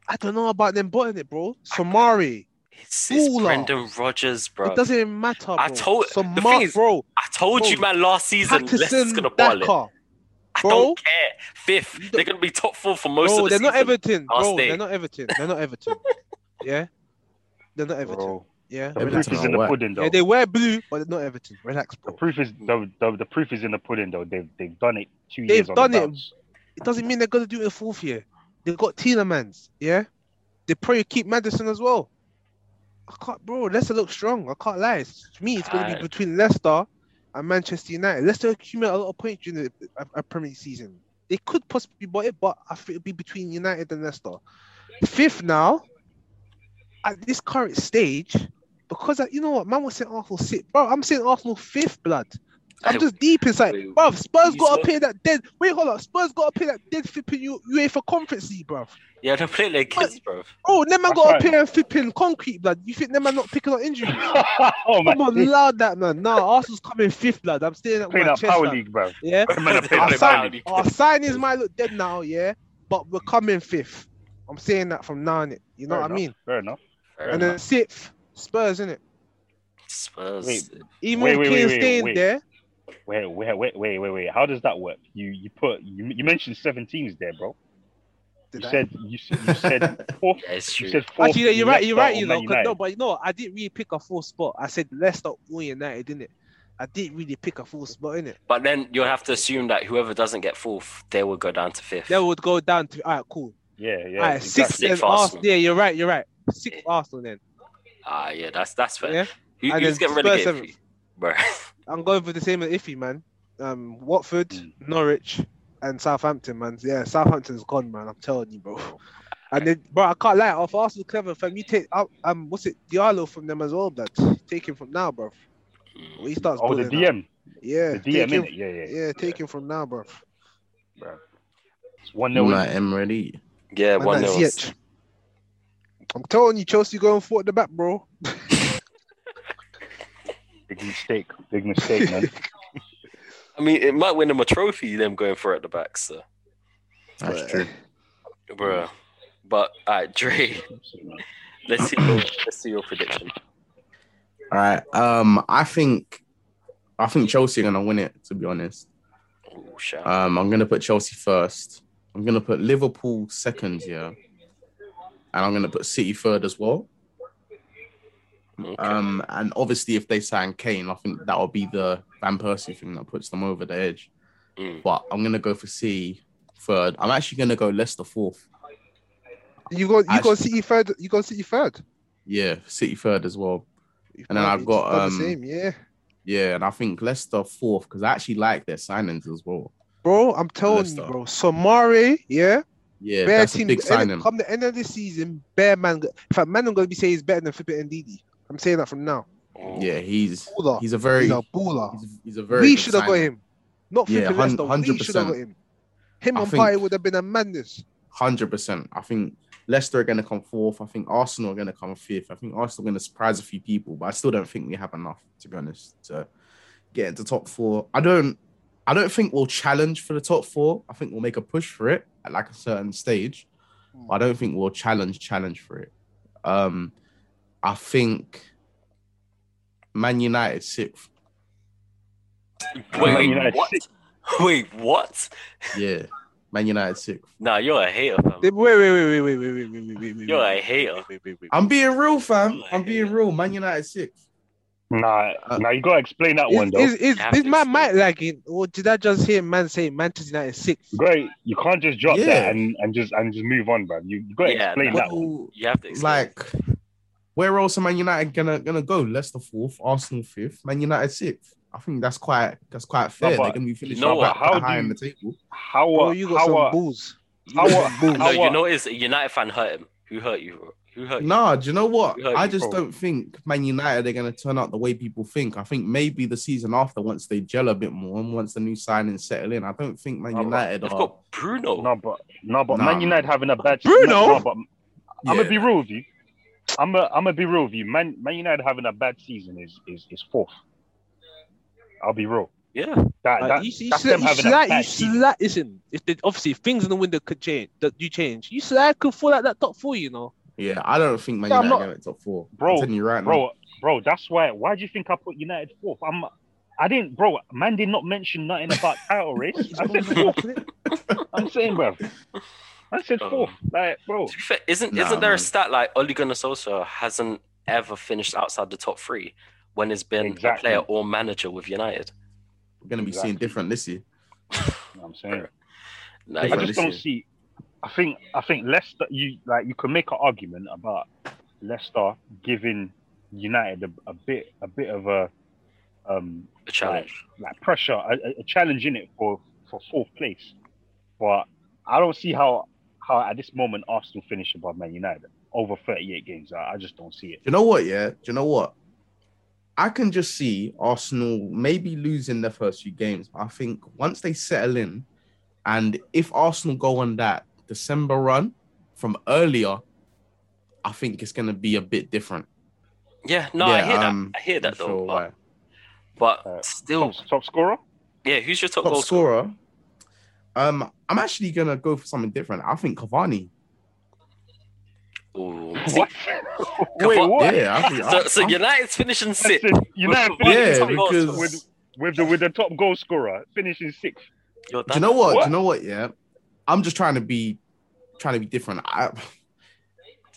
I don't know about them botting it, bro. Somari,
It's, it's
Baller.
Brendan Rodgers, bro.
it doesn't matter. Bro.
I told- the
Samar,
thing is,
bro,
I told you, man, last season, Leicester's
Patterson,
gonna bottle it.
Daka,
I
bro.
don't care. Fifth,
You
they're gonna be top four for most
bro,
of the
they're
season.
not Everton,
I'll
bro.
stay.
They're not Everton. They're not Everton. yeah, they're not Everton.
Bro,
Yeah,
the
relax.
Everton's
proof is
gonna
in the
work.
pudding though.
Yeah, they wear blue, but they're not Everton. Relax,
The
bro.
proof is the, the, the proof is in the pudding though. They've they've done it two
They've
years. on
done
the
it.
bounce.
It doesn't mean they're gonna do it in fourth year. They've got Tielemans, yeah. They probably keep Madison as well. I can't, bro. Leicester look strong. I can't lie. It's- To me, it's gonna
Aye.
be between Leicester and Manchester United. Leicester accumulate a lot of points during the a, a Premier League season. They could possibly buy it, but I think it'll be between United and Leicester. Fifth now, at this current stage, because I, you know what, man was saying Arsenal sixth, bro. I'm saying Arsenal fifth blood. I'm
Hey,
just deep inside.
wait,
Bruv, Spurs
you
gotta
spoke-
pay that dead. Wait, hold up. Spurs gotta pay that dead flipping U- UEFA Conference League, bruv.
Yeah, they're playing their kids, bro.
Oh, them man
That's
gotta
right.
pay and flipping concrete, blood. You think them man not picking up injuries?
oh my
Come on, loud that man. Nah, Arsenal's coming fifth, blood. I'm staying at my
Playing that
chest.
power
blood.
league, bro.
Yeah.
Them men are playing
Our,
that
sign-
power league.
our signings might look dead now, yeah, but we're coming fifth. I'm saying that from now on. It, you know
Fair
what I
enough,
mean?
Fair enough.
Fair
and
enough.
then sixth, Spurs, innit?
Spurs.
Wait,
Even
Wait,
with
wait,
Kane
wait, wait,
staying
wait.
there,
Wait, wait, wait, wait, wait, wait. How does that work? You you put you, you mentioned seven teams there, bro.
did
you
I-
said you, s- you said fourth.
Yeah, it's
You
true.
said fourth.
Actually, no, you're right. You're right.
Leicester or
You know,
Man
'cause no,
United.
but you know, what? I didn't really pick a full spot. I said Leicester or United, didn't it? I didn't really pick a full spot in it.
But then you'll have to assume that whoever doesn't get fourth, they will go down to fifth.
They would go down to all right, cool.
yeah, yeah.
all right, sixth
exactly.
then
Sixth
Arsenal.
Arsenal.
Yeah, you're right. You're right. Sixth Arsenal then.
Ah, yeah, that's that's fair.
Yeah,
Who,
And
who's
then
getting
Spurs
relegated? E, Bro,
I'm going for the same as Iffy, man. Um, Watford,
Mm.
Norwich, and Southampton, man. Yeah, Southampton's gone, man. I'm telling you, bro.
Oh,
And then, bro, I can't lie. Off Arsenal, clever fam. You take out, um, what's it, Diallo from them as well, blood. Take him from now, bro.
Mm,
He starts.
Oh, the
building up.
DM,
Yeah,
the
take
DM,
him-
innit? Yeah, yeah.
Yeah, take him from now, bro.
It's one
No,
nil.
nah, Emery.
yeah,
Man,
one
that's
nil.
Ziyech. I'm telling you, Chelsea going forward the back, bro.
Big mistake. Big mistake, man.
I mean, it might win them a trophy. Them going for it at the back, so
That's
But-
true.
bro. But all right, Dre, let's see. Your, let's see your prediction.
All right. Um, I think, I think Chelsea are gonna win it. To be honest,
Ooh, shout.
um, I'm gonna put Chelsea first. I'm gonna put Liverpool second. Yeah, and I'm gonna put City third as well.
Okay.
Um, and obviously, if they sign Kane, I think that'll be the Van Persie thing that puts them over the edge.
Mm.
But I'm gonna go for C third. I'm actually gonna go Leicester fourth.
You go, you go
Actually-
City third. You go City third.
Yeah, City third as well.
You've
And then I've
probably
got,
done
um,
the same, yeah,
Yeah, and I think Leicester fourth because I actually like their signings as well.
bro. I'm telling you,
Leicester.
bro. Somare, yeah,
Yeah,
Bear
that's a
team.
big
end-
signing.
come the end of the season, bear man. go- In fact, man, I'm gonna be saying he's better than Flippin and Didi. I'm saying that from now.
Ooh.
Yeah, he's
Baller.
he's a very
he's a
he's,
baller.
he's a very.
We
good
should have got
signing.
him, not
Yeah,
Flippin
hun-
Leicester. We should have
100%.
got him. Him
I
and
think-
Party would have been a madness.
Hundred percent. I think Leicester are going to come fourth. I think Arsenal are going to come fifth. I think Arsenal are going to surprise a few people, but I still don't think we have enough to be honest to get into top four. I don't. I don't think we'll challenge for the top four. I think we'll make a push for it at like a certain stage. But I don't think we'll challenge challenge for it. Um, I think Man United sixth.
Wait,
Man
wait,
United
what?
six.
Wait, what?
Yeah, Man United sixth.
Nah, you're a hater, fam.
Wait, wait, wait, wait, wait, wait, wait, wait, wait, wait, wait.
You're a hater.
Wait, wait, wait.
I'm being real, fam. I'm being real. Man United sixth.
Nah,
Uh,
nah. You gotta explain that one,
Is,
though.
is, is,
Have
is
to
my
explain.
mic lagging, or did I just hear man say Manchester United six?
Great. You can't just drop
Yeah.
that and, and just and just move on, bro. You, you gotta
Yeah,
explain
nah.
that one.
You have to explain.
like where else are Man United gonna gonna go? Leicester fourth, Arsenal fifth, Man United sixth. I think that's quite that's quite fair.
but
They're gonna be finishing
you know
up
what,
at-
how
at high
do
in
you-
the table.
How
Oh,
are
you got
how
some
are
balls. You
how
got
are-
some balls.
no,
how
you
are-
know it's a United fan hurt him. Who hurt you? bro? Who hurt you?
Nah, do you know what?
Yeah,
I
you
just
probably-
don't think Man United are gonna turn out the way people think. I think maybe the season after, once they gel a bit more and once the new signings settle in, I don't think Man
Oh,
United
They've
are.
got Bruno.
No, but no, but
Nah,
Man
man.
United having a bad
Bruno?
No, but I'm
Yeah.
gonna be real with you. I'm gonna I'm gonna be real with you. Man, Man United having a bad season is is, is fourth. I'll be real.
Yeah.
That,
Uh,
that,
you you
that's
slide,
them
you
having a
slide, you
bad season.
slide. Listen, if they, obviously if things in the window could change, that do change. You slide could fall out that top four, you know.
Yeah, I don't think Man
Yeah, I'm
United
not-
are gonna make top four.
Bro,
I'm telling you right now.
bro, bro. That's why. Why do you think I put United fourth? I'm. I didn't, bro. Man did not mention nothing about title race. I said fourth. I'm saying, bro. I said
Um,
fourth. Like, bro.
To be fair, isn't
Nah,
isn't there a
man.
stat like Ole Gunnar Solskjaer hasn't ever finished outside the top three when it's been
Exactly.
a player or manager with United?
We're gonna be seeing
Exactly.
different this year.
You know what I'm saying.
Yeah,
Nah,
I
you-
just
listen.
don't see. I think I think Leicester. You like you can make an argument about Leicester giving United a, a bit a bit of a um
a challenge.
like pressure a, a- a challenge in it for for fourth place, but I don't see how how at this moment Arsenal finish above Man United over 38 games. I, I just don't see it.
Do you know what? Yeah, do you know what? I can just see Arsenal maybe losing their first few games. But I think once they settle in, and if Arsenal go on that December run from earlier, I think it's going to be a bit different.
Yeah, no, I
Yeah,
hear
um,
that. I hear that
I'm
though.
sure
but
why.
but
Uh,
still,
Top, top scorer.
yeah. Who's your top,
Top
goal scorer?
scorer. Um, I'm actually gonna go for something different. I think Cavani.
Ooh.
What? Wait,
Cavani-
what?
Yeah, I think, I,
So, so United's finishing sixth.
That's it. United
With-
yeah,
finishing sixth
because
with, with the with the top goal scorer finishing sixth.
You're
Do
done.
you know what?
What?
Do you know what? Yeah, I'm just trying to be, trying to be different. I,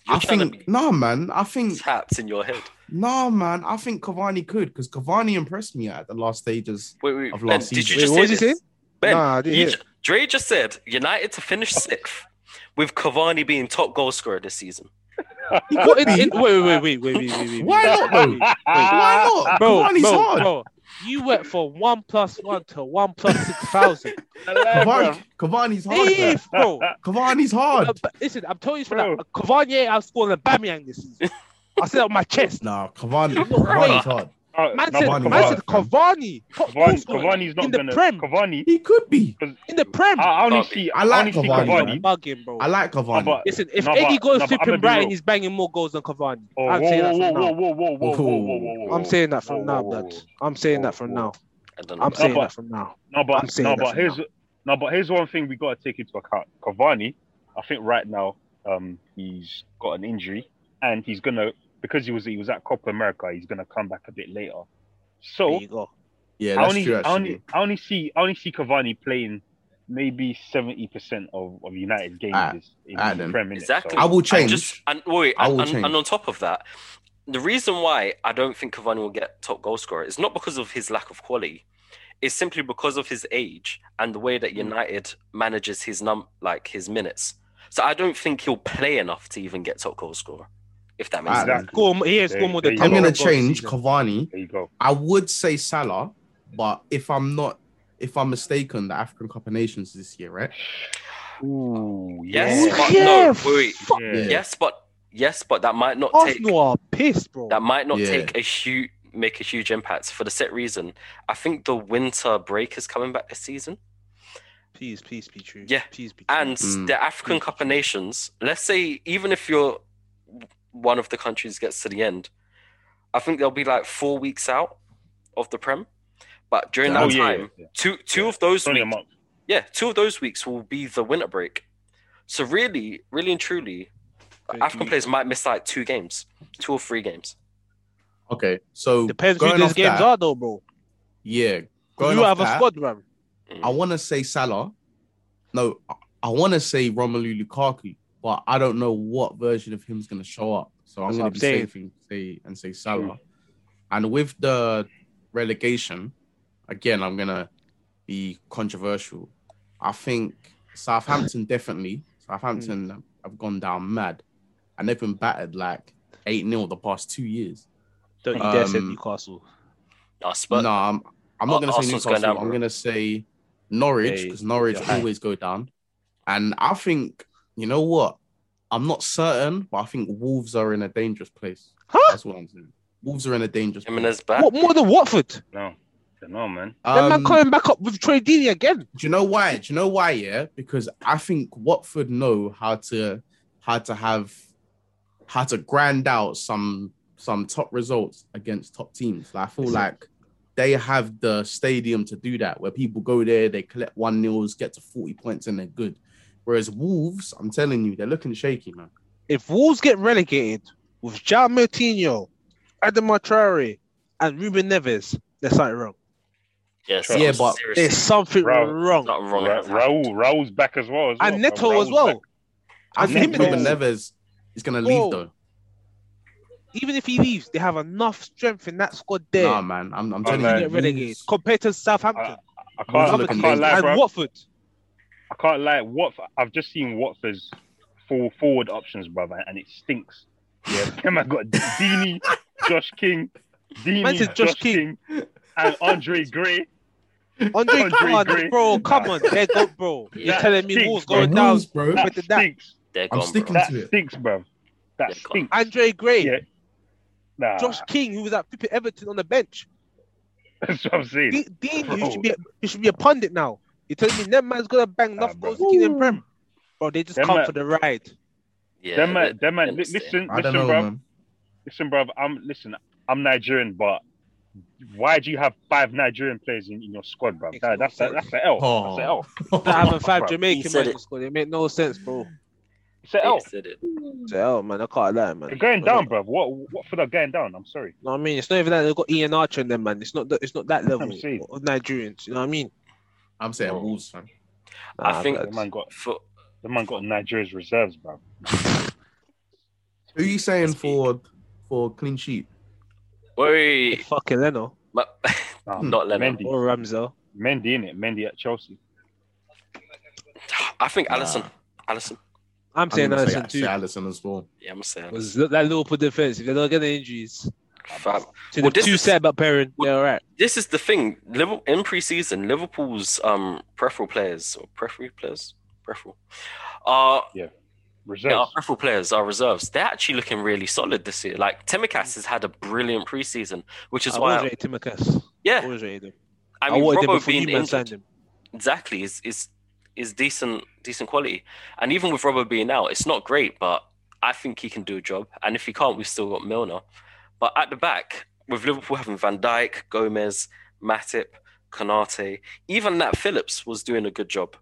You're
I
trying to
think no, man. I
be
think
tapped in your head.
no, man. I think Cavani could because Cavani impressed me at the last stages.
Wait, wait,
I've
Ben,
lost
did you
Wait,
season.
just
what
say
was he
this?
saying?
Ben,
nah, I didn't
you
hear.
ju- Dre just said United to finish sixth with Cavani being top goal scorer this season.
He
What
could
in-
be.
in- wait, wait, wait, wait, wait, wait, wait, wait.
Why not, though?
Wait, wait.
Why not?
Bro,
Cavani's
bro,
hard.
bro, you went from one plus one to one plus six thousand.
Cavani, Cavani's hard. man.
If, bro.
Cavani's hard.
Uh, but Listen, I'm telling you for
Bro.
now, Cavani ain't outscoring Aubameyang this season. I said that on my chest.
Nah, Cavani, Cavani's hard.
Uh,
Man
no,
said,
Cavani.
man said Cavani. top goal
Cavani,
scorer
Cavani's not
in the
gonna.
Prem.
Cavani,
He could be.
in the Prem.
I, I only
Can't be.
see.
I like
only see
Cavani,
Cavani.
man.
bugging, bro.
I like Cavani.
Oh, but-
Listen, if
No, but-
Eddie goes
no, but
flipping
I'ma be
Brighton,
real.
he's banging more goals than Cavani.
Oh,
I'm,
whoa,
saying that
whoa,
from
whoa,
now.
whoa, whoa, whoa, whoa, whoa, whoa, whoa, whoa.
I'm saying that from
whoa,
now,
whoa,
blood.
whoa.
I'm saying that from
Whoa,
now.
I don't know.
I'm saying
but-
that from now.
No, but
I'm saying
no,
that
but
for
here's no, but here's one thing we gotta take into account. Cavani, I think right now, um, he's got an injury, and he's gonna because he was he was at Copa America, he's gonna come back a bit later.
There
So
you go.
yeah,
I
that's
only
true.
I only
Actually,
I only see I only see Cavani playing maybe seventy percent of of United's games
Ah,
this- in
ah,
the
then.
Premier League.
Exactly.
I will change.
And just and wait,
I
and,
will
and-
change.
and on top of that, the reason why I don't think Cavani will get top goal scorer is not because of his lack of quality. It's simply because of his age and the way
Hmm.
that United manages his num like his minutes. So I don't think he'll play enough to even get top goal scorer, if that makes
Ah,
sense.
Exactly.
Score, more- he has
There-
scored more
there
than
you
I'm
go.
gonna
Cavani goals this
change
season.
Cavani.
There you go.
I would say Salah, but if I'm not, if I'm mistaken, the African Cup of Nations this year, right?
Ooh,
Yes,
yeah.
but
Yeah,
no, wait.
fuck.
Yeah.
Yes, but yes, but that might not take
Arsenal are pissed, bro.
that might not
Yeah.
take a huge make a huge impact for the set reason. I think the winter break is coming back this season.
Please, please be true.
Yeah.
please be true.
and
Mm.
the African Cup of Nations, let's say even if you're one of the countries gets to the end, I think they'll be like four weeks out of the Prem. But during
Oh,
that
yeah,
time,
yeah.
two two
Yeah.
of those
It's only a
weeks,
month.
yeah, two of those weeks will be the winter break. So really, really and truly,
Good
African
week.
players might miss like two games, two or three games.
Okay, so
Depends who
going
those
off
games
that,
are, though, bro.
Yeah, going
You
off
have a
that,
squad, man.
I
Mm.
Mm.
want to say Salah. No, I, I want to say Romelu Lukaku, but I don't know what version of him's gonna show up. So I'm
That's what
gonna
I'm
be
saying. Mm.
safe and say and say Salah. And with the relegation, again, I'm gonna be controversial. I think Southampton definitely. Southampton
Mm.
have gone down mad, and they've been battered like eight 0 the past two years.
Don't you dare say
Um,
Newcastle.
us, but
no, I'm, I'm not
Ar-
going to say
Arsenal's going
Newcastle.
down,
I'm
bro.
going to say Norwich
They-
because Norwich
they're high.
always go down. And I think, you know what? I'm not certain, but I think Wolves are in a dangerous place.
Huh?
That's what I'm saying. Wolves are in a dangerous
him and
place.
his back.
What more than Watford?
No, no, man.
That man
Um,
coming back up with Troy Deeney again.
do you know why? Do you know why? Yeah, because I think Watford know how to how to have how to grind out some some top results against top teams. Like, I feel like they have the stadium to do that, where people go there, they collect one nils, get to forty points, and they're good. Whereas Wolves, I'm telling you, they're looking shaky, man.
If Wolves get relegated with Jao Moutinho, Adam Traore, and Ruben Neves, there's something wrong.
Yes,
Yeah,
I'm
but-
seriously
There's something
Bro.
wrong.
not wrong.
Ra- Raul, Raul's back as well. As well
And
bro.
Neto as
Raul's
well.
back.
I
And
think
him
Ruben
though.
Neves is gonna
Bro,
leave though.
Even if he leaves, they have enough strength in that squad there
Nah, man, I'm, I'm
Oh,
telling
to
man.
you,
get relegated
Wolves-
compared to Southampton
I
Wolves are
can't, I
looking
can't lie,
and
bro.
Watford.
I can't lie. Watford, I've just seen Watford's full forward options, brother, and it stinks. Yeah, them I got Dini, Josh King,
Man
Dini,
said
Josh,
Josh
King. and Andre Gray.
Andre,
Andre
come on,
Gray.
bro. Come on. There go, bro. You're
That
telling me
stinks,
Wolves
bro.
going down
Wolves, bro.
That
With that-
stinks.
They're
I'm
gone,
sticking-
bro.
That
Into it.
stinks, bro. That
Yeah, come
stinks.
Andre Gray,
Yeah. Nah,
Josh King, who was at flipping Everton on the bench.
that's what I'm saying.
D- Dean, you
Bro.
should be a, you should be a pundit now. You're telling me that man's gonna bang
Nah,
enough
bro.
goals to keep them prem. Bro, they just
Them
come
man-
for the ride.
Yeah,
them uh, man,
they're-
them man,
they're
li-
staying.
listen,
I don't
listen,
know,
bro.
man.
Listen, bro. I'm listen. I'm Nigerian, but why do you have five Nigerian players in, in your squad, bro?
Makes no
That, that's a,
sense.
that's a L.
Oh.
That's a L.
Not having five
Bro,
Jamaican
said
man in
it.
the squad, it make no sense, bro.
It's a L.
They said it.
So, oh, man, I can't lie, man.
They're going
But,
down, bruv. What what for? They're going down. I'm sorry.
You know what I mean? It's not even that they've got Ian Archer in them, man. It's not that it's not that level
I'm saying.
of Nigerians. You know what I mean?
I'm saying Wolves, fam.
I
Nah,
think-
but-
The man got
For
the man got Nigeria's reserves, bruv.
Who are you saying for for clean sheet?
wait,
fucking Leno
my,
Hmm,
Nah,
Not Leno.
Mendy,
or Ramsdale.
Mendy in it. Mendy at Chelsea.
I think Allison.
Nah.
Allison.
I'm
I'm
saying
gonna
Allison
say,
too.
say Allison as well.
Yeah, I'm gonna say Allison.
Was that Liverpool defense? If they're not getting injuries
Fam,
to
Well,
the
this
two
is-
set back pairing,
Well-
they're all right.
This is the thing. Liverpool in preseason, Liverpool's um preferable players or preferable players, preferable, are Yeah, our
Reserves.
peripheral players, our reserves, they're actually looking really solid this year. Like Timikas has had a brilliant preseason, which is
I
why,
always rated Timmercast. I
yeah,
always rated him.
I
I
mean,
wanted him
Robbo
before you
being
man signed
injured
him.
exactly is is is decent decent quality, and even with Robbo being out, it's not great, but I think he can do a job. And if he can't, we've still got Milner. But at the back, with Liverpool having Van Dijk, Gomez, Matip, Konate, even Nat Phillips was doing a good job.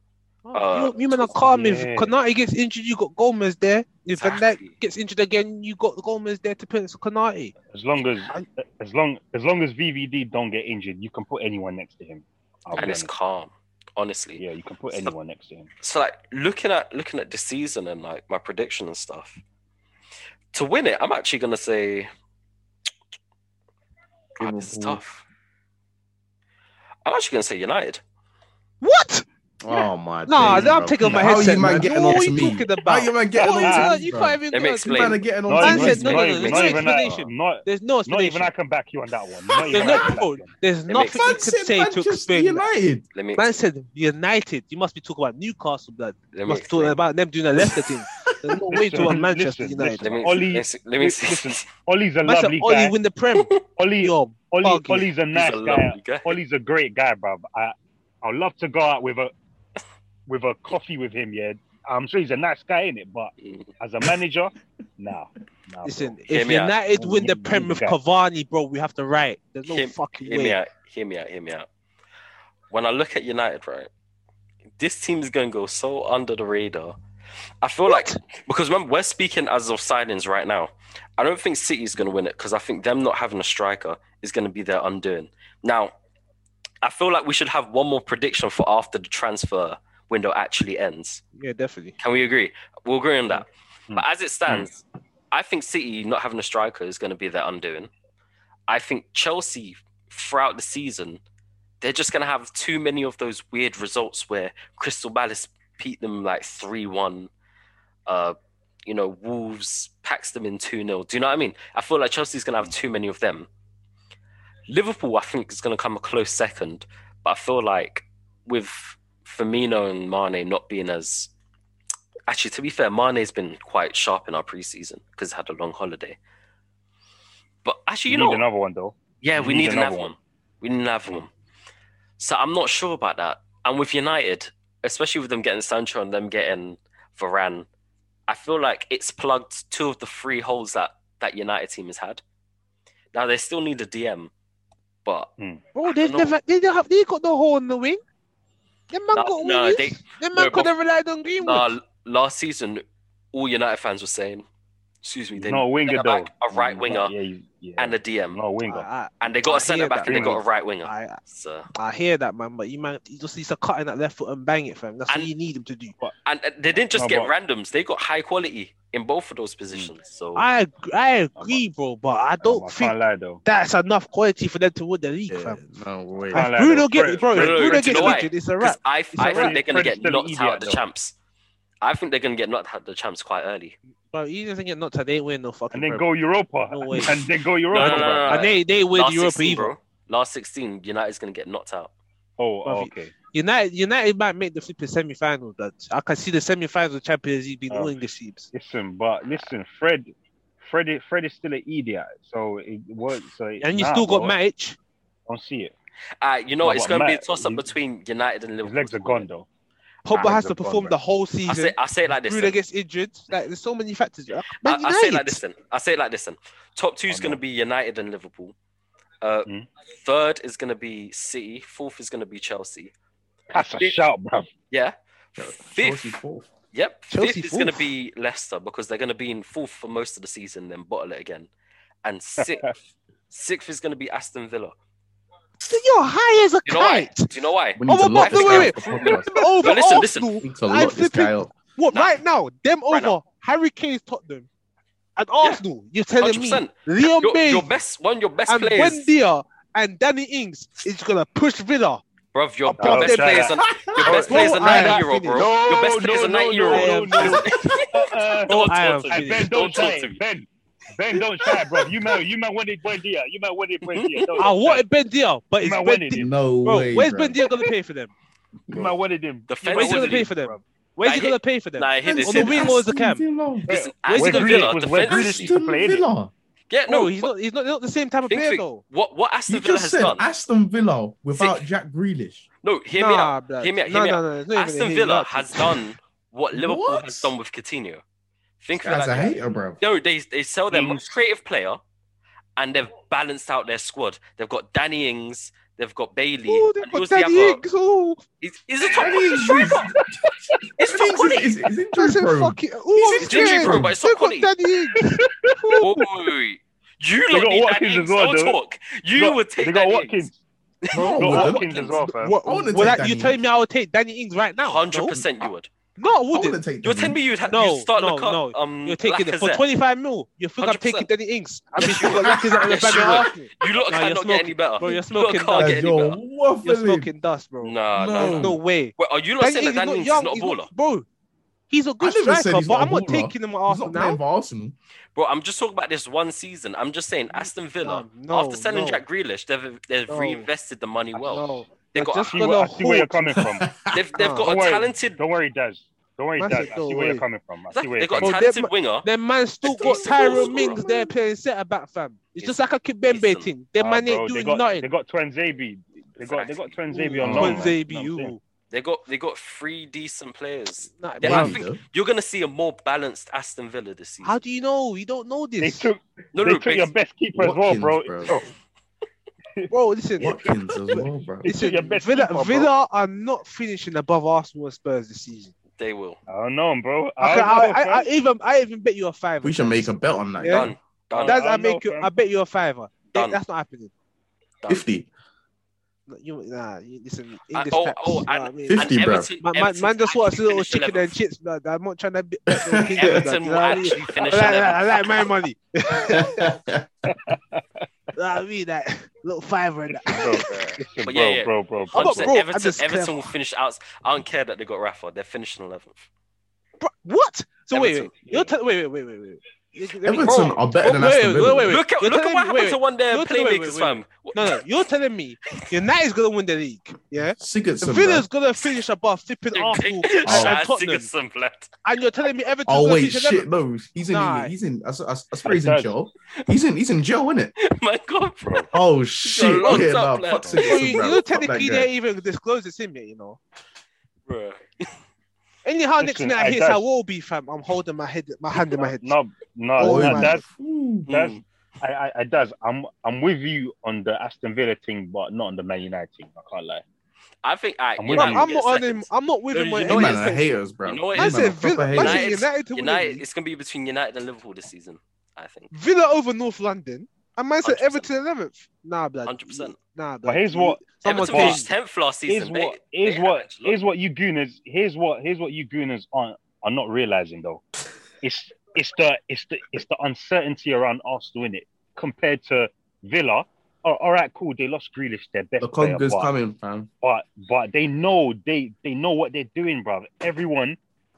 Uh,
you, you man are calm if
yeah.
Konate gets injured, you got Gomez there. If Van Dijk
Exactly.
gets injured again, you got Gomez there to put Konate.
As long as as long as long as VVD don't get injured, you can put anyone next to him. I'll be
and it's
honest.
calm, honestly.
yeah, you can put
So-
anyone next to him.
so like looking at looking at this season and like my prediction and stuff to win it i'm actually gonna say Ah, this
Mm-hmm.
is
Liverpool.
tough i'm actually gonna say united
What?
Oh my.
Nah,
days,
I'm
bro.
taking my
How
headset.
you man
man.
getting
what
on
are
to
you
me?
talking
How
about?
you man getting
What
on
are
to
you,
me?
you
bro?
can't even
Let me
do it.
explain.
Man are getting on
Not
Man
to
even-
me.
said no,
bro.
no,
not
no, no
even- not even I-
explanation.
Not
There's no
not
explanation.
even I can back you on that one. Not
There's
even I
no,
can back
bro,
you on
there's
It
nothing
makes
you
Man
could
said
say to
Manchester
explain that.
United.
let me
Man said United. You must be talking about Newcastle blood. You
let me
must be talking
explain.
about them doing a Leicester team. There's no way to
Listen,
want Manchester
listen,
United.
let me
Oli-
let me- let me
listen,
see
that. Ollie's a
Man said
lovely
Oli
guy.
win the Prem.
Ollie,
Yo,
Ollie,
buggy.
Ollie's a nice guy.
guy.
Ollie's a great guy, bruv. I I'd love to go out with a with a coffee with him. Yeah, I'm sure he's a nice guy in it, but as a manager, nah, nah. bro.
Listen,
Hear
if
me out.
United win the
Mm,
Prem with
okay.
Cavani, bro, we have to write. There's no
Hear-
fucking
hear me
way.
out. Hear me out. Hear me out. When I look at United, right, this team is going to go so under the radar. I feel like because remember we're speaking as of signings right now. I don't think City's going to win it because I think them not having a striker is going to be their undoing. Now, I feel like we should have one more prediction for after the transfer window actually ends.
Yeah, definitely.
Can we agree? We'll agree on that.
Mm.
But as it stands, I think City not having a striker is going to be their undoing. I think Chelsea throughout the season, they're just going to have too many of those weird results where Crystal Palace beat them like 3 1. Uh, you know, Wolves packs them in 2 0. Do you know what I mean? I feel like Chelsea's going to have too many of them. Liverpool, I think, is going to come a close second. But I feel like with Firmino and Mane not being as Actually, to be fair, Mane's been quite sharp in our preseason because he had a long holiday. But actually,
you
you
need
know,
another one though.
yeah,
you
we
need
need,
another
another
one.
one. We need another one. So I'm not sure about that. And with United, especially with them getting Sancho and them getting Varane, I feel like it's plugged two of the three holes that that United team has had. Now they still need a DM, but
Bro, they've
No.
never, they don't have, they got no hole in the wing. Them man
No,
got
no,
wings.
they-
Them
no,
man
but-
could have relied on Greenwood.
uh, last season, all United fans were saying, "Excuse me,
He's
they
not a winger though. Mm,
centre-back, a right winger,
Yeah, he's- yeah.
and a DM."
not a winger.
I,
And they got
I
a centre
hear
back
that.
and they got a right winger.
I, I,
So
I hear that, man, but you man, you just need to cut in that left foot and bang it, fam. That's
And-
what you need him to do.
and and they didn't just
No,
get
but-
randoms; they got high quality in both of those positions. So
I, ag- I agree, bro, but I don't
Um, I
think
can't lie though.
that's enough quality for them to win the league,
Yeah,
fam.
no way.
Can't
If
lie,
Bruno
though.
gets bro,
Bruno-
if Bruno
Bruno, do you
gets
know why?
injured, it's a
because
wrap.
I,
It's
I
a wrap.
think they're going to
Fred's
get
still an
knocked
idiot,
out of the
though.
champs. I think they're going to get knocked out of the champs quite early.
Bro, he doesn't get knocked out. They ain't win no fucking.
And then
Prem.
go Europa.
No way.
And then
No,
go
no,
Europa.
no, no, no.
and they they win
Last
Europa
16,
either.
bro. Last 16, United's going to get knocked out.
Oh,
Bruv,
oh,
he-
okay.
United United might make the flipping semi final. That I can see the semi finals of Champions League being
Oh.
all English teams.
Listen, but listen, Fred, Fred, is- Fred is still an idiot. So it was. So
And you
nah,
still got
bro,
Matic.
I don't see it.
Uh, you know,
No,
it's
but
going to be a
Matt,
toss up
he-
between United and
His
Liverpool.
legs are gone though.
Pogba
Nah,
has
he's
to
a bomb,
perform
bro.
the whole
I
season.
say, I say it like this.
Bruno
then.
gets injured. Like there's so many factors. Man
I, I say it like
United.
this then. I say it like this then. Top two is
I'm
going to
not.
be United and Liverpool. Uh,
Mm.
Third is going to be City. Fourth is going to be Chelsea.
That's a
Fifth-
shout, bruv.
Yeah.
Chelsea
Fifth
fourth.
Yep.
Chelsea
Fifth is
fourth.
going to be Leicester because they're going to be in fourth for most of the season, then bottle it again. And sixth, sixth is going to be Aston Villa.
You're high as a
You know why?
kite.
Do you know why?
We need
Oh,
to
but-
lock this
but-
guy
wait,
up for
Them
podcast.
over
But listen, listen.
Arsenal.
We need to
I'm
lock this guy
flipping-
up.
What
Nah.
right now? Them
Right
over Harry Kane's Tottenham and Arsenal. You're telling me
100%.
Leon
Your,
Bailey
your best, one of your best
and
players,
Buendia and Danny Ings is gonna push Villa.
bruv. Your,
Oh,
your
don't
best
try
players,
that.
on, your best
Bro,
players are
I am
ninety euro,
finished.
bro. your best players are ninety euro.
no, no,
Uh,
Don't
I am
talk to
Hey,
me.
Ben, don't
Don't
try
talk to
it.
me.
Ben, Ben, don't try it, bro. You might, you might want it, Buendia. You might want it, Buendia. Don't-
I wanted Bendia, but it's
Man, when
ben
it is.
No
Bro,
way.
where's
bro.
Bendia gonna pay for them?
You might want it, him.
Where's he gonna
Defensively,
pay for them? Where's he
Nah, I
gonna pay for them?
nah, I hear this.
On the
here.
wing or as a cam?
Villa.
Listen,
Where's
Aston
Grealish
Villa
was- where's
defensively.
Grealish?
Aston Villa.
Yeah,
No,
no,
Oh, he's
but
not. He's not, he's not the same type of
think-
player
think-
though.
What what Aston
You
Villa
just
has
said
done?
Aston Villa without Jack Grealish.
No, hear me out.
blood.
Hear me out, hear
no,
me
no, no, it's not even a
Aston
hear me
Villa
out.
has done what Liverpool
What?
has done with Coutinho. Think of it
That's
like
a
that.
hater, bro.
No, they they sell their
Ings.
most creative player, and they've balanced out their squad. They've got Danny Ings, they've got Bailey.
Ooh, they've
and
got
who's the
Danny
other?
Ings. Ooh,
He's, he's a top
Danny
quality
Ings
striker. It's top quality.
Is, is, is
that's
injury
a
prone.
fucking. Ooh,
He's
I'm
injury
scared.
prone,
but it's
They've
not
got Danny Ings.
Whoa, wait, wait, wait. You
They
lot
got
need
Watkins
Danny Ings.
as well,
Don't
though.
talk. You
got-
would take
They got
Danny
Watkins.
Ings.
They
Bro,
got
I
Watkins as well, fam.
What,
I
well,
wanna take
that,
Danny
you telling me I would take Danny Ings right now?
Hundred percent, you would.
No, I wouldn't.
wouldn't take
You're
that.
telling me you'd have
Hmm. No,
you start
no,
look up,
no.
um
You're taking it for
Lacazette.
25 mil. You think i am
100%.
taking Danny Ings? I mean,
Yes,
you
you
got Lacazette and a
Yes,
bag
you
of
will.
Arsenal.
You lot
Nah,
cannot
you're
get
smoking.
any better.
Bro, you're
you lot
smoking
can't
dust.
get
Guys,
any
you're
better.
You're
waffling.
smoking dust, bro.
Nah,
No.
nah,
There's
nah.
no way.
Wait, are you lot
Danny
saying that
Ings is
Danny
not
Ings is
young.
not a
He's
baller?
not, bro, he's a good
I never said
striker,
he's
but
not a
I'm not
baller.
taking him at
He's
Arsenal
not
now.
playing for Arsenal.
Bro, I'm just talking about this one season. I'm just saying Aston
Nah,
Villa,
no,
after selling
no,
Jack Grealish, they've they've
No.
reinvested the money well.
no.
They've got
That's just
I see
a,
where- I see where you're coming from.
they've, they've
Nah.
got
Don't
a
worry.
talented
Don't worry, Daz. Don't worry,
Man
Daz.
said
I see
don't
where
worry.
you're coming from. I see where you're
they've got
Bro,
a
coming
they're
talented
ma-
winger.
Their man still
It's
got
decent goal
Tyrone Mings
scorer.
there playing centre back, fam. It's just like a Kibembe
Decent.
thing. Their
Ah,
man
bro,
ain't
they
doing
got,
nothing.
They got Twenzabi. They got they got Twenzabi on
Ooh,
loan. man.
Twenzabi,
You know what I'm saying?
ooh.
They got they got three decent players.
Nah,
They-
bruv.
I think you're gonna see a more balanced Aston Villa this season.
How do you know? You don't know
They
this.
took
no,
they
no,
took your
bas-
best keeper as well, bro.
Watkins, bro.
Oh,
Bro, listen.
Watkins as well, bro.
They took
Listen,
your best
Villa,
keeper, bro.
Villa are not finishing above Arsenal and Spurs this season.
they will.
I don't know,
I,
bro. I
can,
don't know,
I, I,
fam.
I even I even bet you a fiver.
We should make a bet on that.
Yeah.
yeah.
Done. Done.
That's
I
I
don't know,
make you.
fam.
I bet you a fiver. That-
Done.
that's not happening.
Done.
50.
You nah. You, listen,
I-
English
oh,
packs,
oh,
you know
and-
what I mean?
Fifty.
And
bro.
Everton-
My, my,
Everton
man just
actually
wants a little
finished
chicken
11th.
and chips, blood. I'm not trying to bet bet no king, blood.
Everton
You
will
know what I mean?
actually
I
finish
like, I
11th.
like my money. You
That's
know what I mean, that little fiver and that.
Bro, bro,
But yeah, yeah.
bro, bro, bro.
I'm not
100%.
broke, I'm
Everton,
just clever.
Everton will finish out. I don't care that they got Rafa. They're finishing 11th.
Bro, what? So wait, wait,
Everton,
you're t- wait, wait, wait, wait, wait. You- let me-
Everton
bro,
are better than
Wait,
Aston
wait,
Villa.
wait, wait,
Look at
you're
look at
telling
what
me-
happened
wait,
to one of their
you're telling me- wait,
playmakers,
wait,
fam.
No, no, you're telling me United's gonna win the league, yeah?
Sigurdsson,
Villa's gonna finish above flipping Arsenal and,
Oh.
and
Shout out
Tottenham,
Sigurdsson, blood.
and you're telling me Everton's
bro. Oh
gonna
wait,
finish 11th?
shit! No, he's in.
Nah.
He's in. I, I, I swear he's in
That's-
jail. He's in. He's in jail, isn't it?
My God, bro.
Oh shit!
locked
Yeah, nah, fuck
up, lad.
Well,
Sigurdsson,
you,
bro.
you know,
Fuck
technically
that guy.
they even disclose it's him yet, you know.
Bro.
Anyhow, next
Listen,
minute I
I
hear
guess-
how will be, fam. I'm holding my head, my hand in my head.
No, no,
Oh,
no,
man.
that's
Ooh.
that's
Mm.
I, I, I does. I'm I'm with you on the Aston Villa thing, but not on the Man United thing. I can't lie.
I think I.
I'm
you
with
know
Fam,
you.
I'm
what, you
not
get
on him.
seconds.
I'm not with
No,
him
you
on
know
You
what
any
man
it
of
are
this.
haters, bro.
You know what
You
I
it
man are
said Villa,
proper
man
haters.
said
United-
United to win the
United.
league.
It's gonna be between United and Liverpool this season. I think.
Villa over North London. And man said
100%.
Everton 11th. Nah, blood.
100%.
Nah, blood.
But here's what
Someone
Everton
take-
came.
finished tenth last
here's
season.
what
They-
here's
they
what
averaged a lot.
here's what you gooners here's what here's what you gooners aren't are not realizing though. It's it's the it's the it's the uncertainty around Arsenal in it compared to Villa. Oh, all right, cool. They lost Grealish, their best
The
player,
Congo's
but-
coming, fam.
but but they know they they know what they're doing, bruv. Everyone,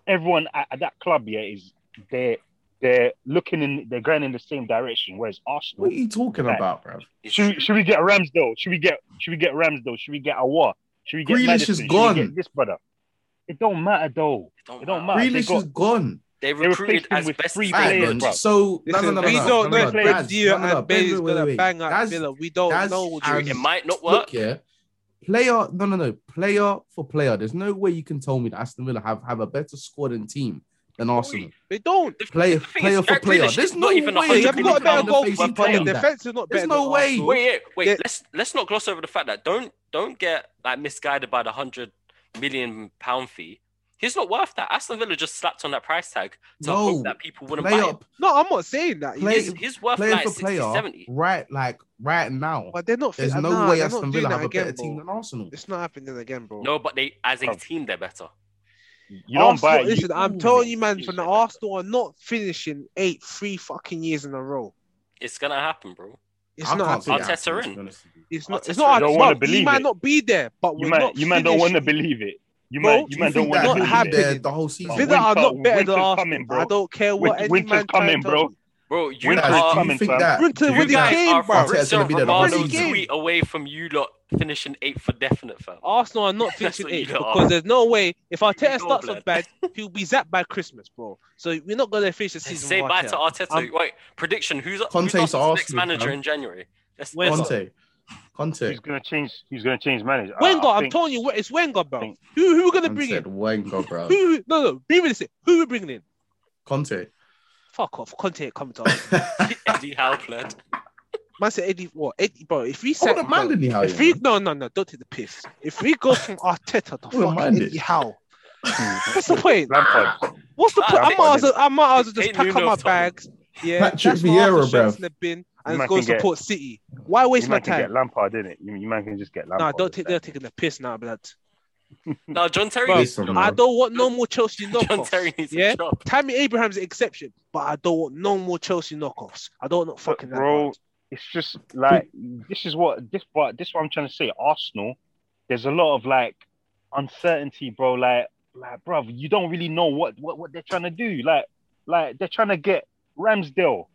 everyone at, at that club yeah is they're they're looking in they're going in the same direction. Whereas Arsenal,
What are you talking
Right.
about, bro?
It's true.
should, should we get Ramsdale? Should we get should we get Ramsdale? Should we get Awa? Should we get
Grealish
Madison?
is
Should we
gone.
get this brother? It don't matter though.
Don't
It don't
matter.
matter.
Grealish
got-
is gone.
They
replaced
recruited
him
as
with
best.
three
players.
players.
Alright,
bro.
So no, no,
Listen,
no, no,
we don't
no, no,
know
no,
if
no,
Brad
Daz,
Diaz
no, no, no,
and Bailey's
wait, wait,
gonna
wait, wait.
bang out
Daz-
Villa. We don't
Daz
know.
and-
Jerry.
It might not work.
Look, yeah, player, no, no, no, player for player. There's no way you can tell me that Aston Villa have have a better squad and team than Arsenal.
They don't.
Player,
The thing
player
is,
for
Jack
player.
Grealish
There's
is
no
not even
way.
100
They
you
have
can
million
got a better
look down
pound
the
goal
face
per
goalkeeper.
and tell
player.
The
me that.
defense is not
There's
better.
no
than
way.
Arsenal.
Wait, wait, wait.
Yeah.
Let's let's not gloss over the fact that don't don't get like misguided by the hundred million pound fee. He's not worth that. Aston Villa just slapped on that price tag to
No,
hope that people wouldn't
play
buy
up,
No, I'm not saying that.
it.
Play-
He's, he's worth
player
like
for
60,
player,
70.
right? Like right now,
but they're not.
there's
fit-
no
nah,
way
they're not
Aston
doing
Villa
that
have a better
again, bro.
team than Arsenal.
It's not happening again, bro.
No, but they as a
Bruv.
team they're better.
You don't
Arsenal-
buy it. You,
Listen, I'm telling you, man, from the Arsenal are not finishing eight, three fucking years in a row.
It's gonna happen, bro.
It's
I
not.
can't see
happening.
that
Arteta
happening, to
in.
be honest with you.
It's not. It's
Arteta
not.
don't
it's
wanna
not-
believe
you might
it.
not be there, but we're
man,
not
you man don't want to
finishing.
believe it. You
Bro,
man,
do
Do
you
you
man
think
don't
that
want to
not
he'll be
believe it.
happening.
there the whole season?
Villa are
Winter-
not better than
winter's
Arsenal.
coming, bro.
I don't care what
Win-
any
winter's
man try and
coming,
tell
bro.
me.
Bro, you
Winter is
Guys,
are
do
coming,
you think
fam.
that?
Winter
do you
with the
guys-
game,
are
bro.
from
Arteta's gonna be there the whole
Ronaldo's
season.
tweet away from you lot finishing eighth for definite, fam.
Arsenal are not
That's
finishing
what you
eighth
lot
because
are.
there's no way if Arteta
You go,
starts off
blood.
bad, he'll be zapped by Christmas, bro. So we're not gonna finish the season.
Say
with
bye
Arteta.
to Arteta.
I'm-
Wait, prediction. Who's,
Conte's
who's Arsenal's next
Arsenal,
manager
fam.
in January? Let's,
Where's
let's-
Conte, Conte,
He's gonna change. He's gonna change manager. I-
Wenger,
I
I'm
think-
telling you, it's Wenger, bro.
think-
Who who are gonna
Conte
bring
said
in?
Wenger, bro.
Who? No, no. Be realistic. Who we bringing in?
Conte.
Fuck off. Conte ain't coming to us.
Eddie Howe blood.
Man said Eddie. What? Eddie, bro. If we
I
said,
wouldn't mind any how
if we no, no, no. Don't take the piss. If we go from Arteta to
wouldn't mind
fucking
it.
Eddie Howe, what's the point?
Lampard.
What's the
Ah,
point? I might as well, I might as well
Kate
just pack up
Nuno
my
told me.
bags. Yeah,
Patrick
that's where Arthur
Vieira, bruv.
Johnson had been,
You
and
man
go
can get-
support City. Why waste
You
my
man can get
time?
Lampard, didn't it? You, you man can just get Lampard.
Nah, don't take.
with
They're taking the piss now, blood.
No, John Terry.
Bro,
needs a
I
job.
No.
I don't want no more Chelsea
John
knockoffs.
Terry needs
Yeah?
a job.
Tammy Abraham's an exception, but I don't want no more Chelsea knockoffs. I don't want
But,
fucking that.
bro, it's just like this is what this but this is what I'm trying to say. Arsenal, there's a lot of like uncertainty, bro. Like, like, bro, you don't really know what what what they're trying to do. Like, like they're trying to get Ramsdale,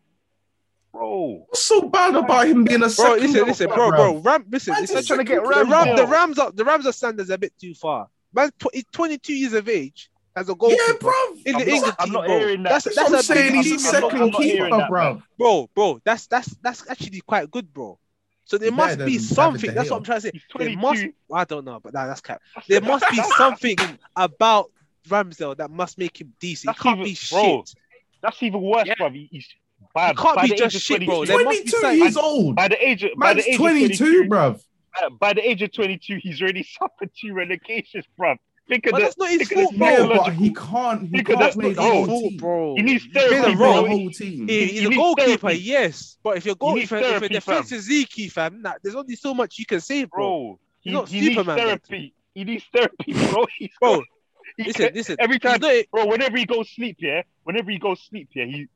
bro.
What's so bad about him being a
Bro,
second?
listen, listen, bro, bro, Ram, listen,
Man's
listen.
just trying to get
get
The,
Ram.
Ram, the
Ramsdale.
Rams are the Rams are standards a bit too far. Man, tw- he's 22 years of age as a
Yeah,
goalkeeper
bro.
in the
I'm not-
England
I'm
team,
not
bro.
hearing that.
That's
That's
that's
what I'm
a big
saying. He's a
achievement.
I'm not- I'm
second
not hearing
keeper,
that,
bro.
bro, bro, that's that's that's actually quite good, bro. So there
Better
must
than
be
David De
something. That's
Gea.
what I'm trying to say.
He's
There
22.
must, I don't know, but nah, that's cap. There must be something about Ramsdale that must make him decent.
That's
He can't
even-
be
bro,
shit.
That's even worse,
Yeah.
bro. He- He's
He
by,
can't
by
be
the
just
age of
shit, bro.
22
There must be
22 years
something.
old.
By the age of by
Man's
the age
22,
of 22,
bro.
uh, by the age of 22, he's already suffered two relocations, bro. Think of
But
the,
that's not his
because
fault,
it's
bro.
Yeah,
Logical.
but he can't. He
Because
can't
that's
play the
not
That's not
whole
his fault,
team.
bro.
he needs
He's been
therapy,
a
Play
bro.
role.
the whole team.
He-
He-
he's
he
a
needs
goalkeeper,
therapy.
yes. But if you're
He needs
goalkeeper, if you're
therapy, fam.
defensive Zeke, fam, nah, there's only so much you can say, bro.
bro.
He's
He,
not
he needs
Superman, man.
therapy. He needs therapy, bro. He's
Bro,
he
listen,
can-
listen.
every
He's
time,
not- e,
bro, whenever he goes sleep, yeah, whenever he goes sleep, yeah, he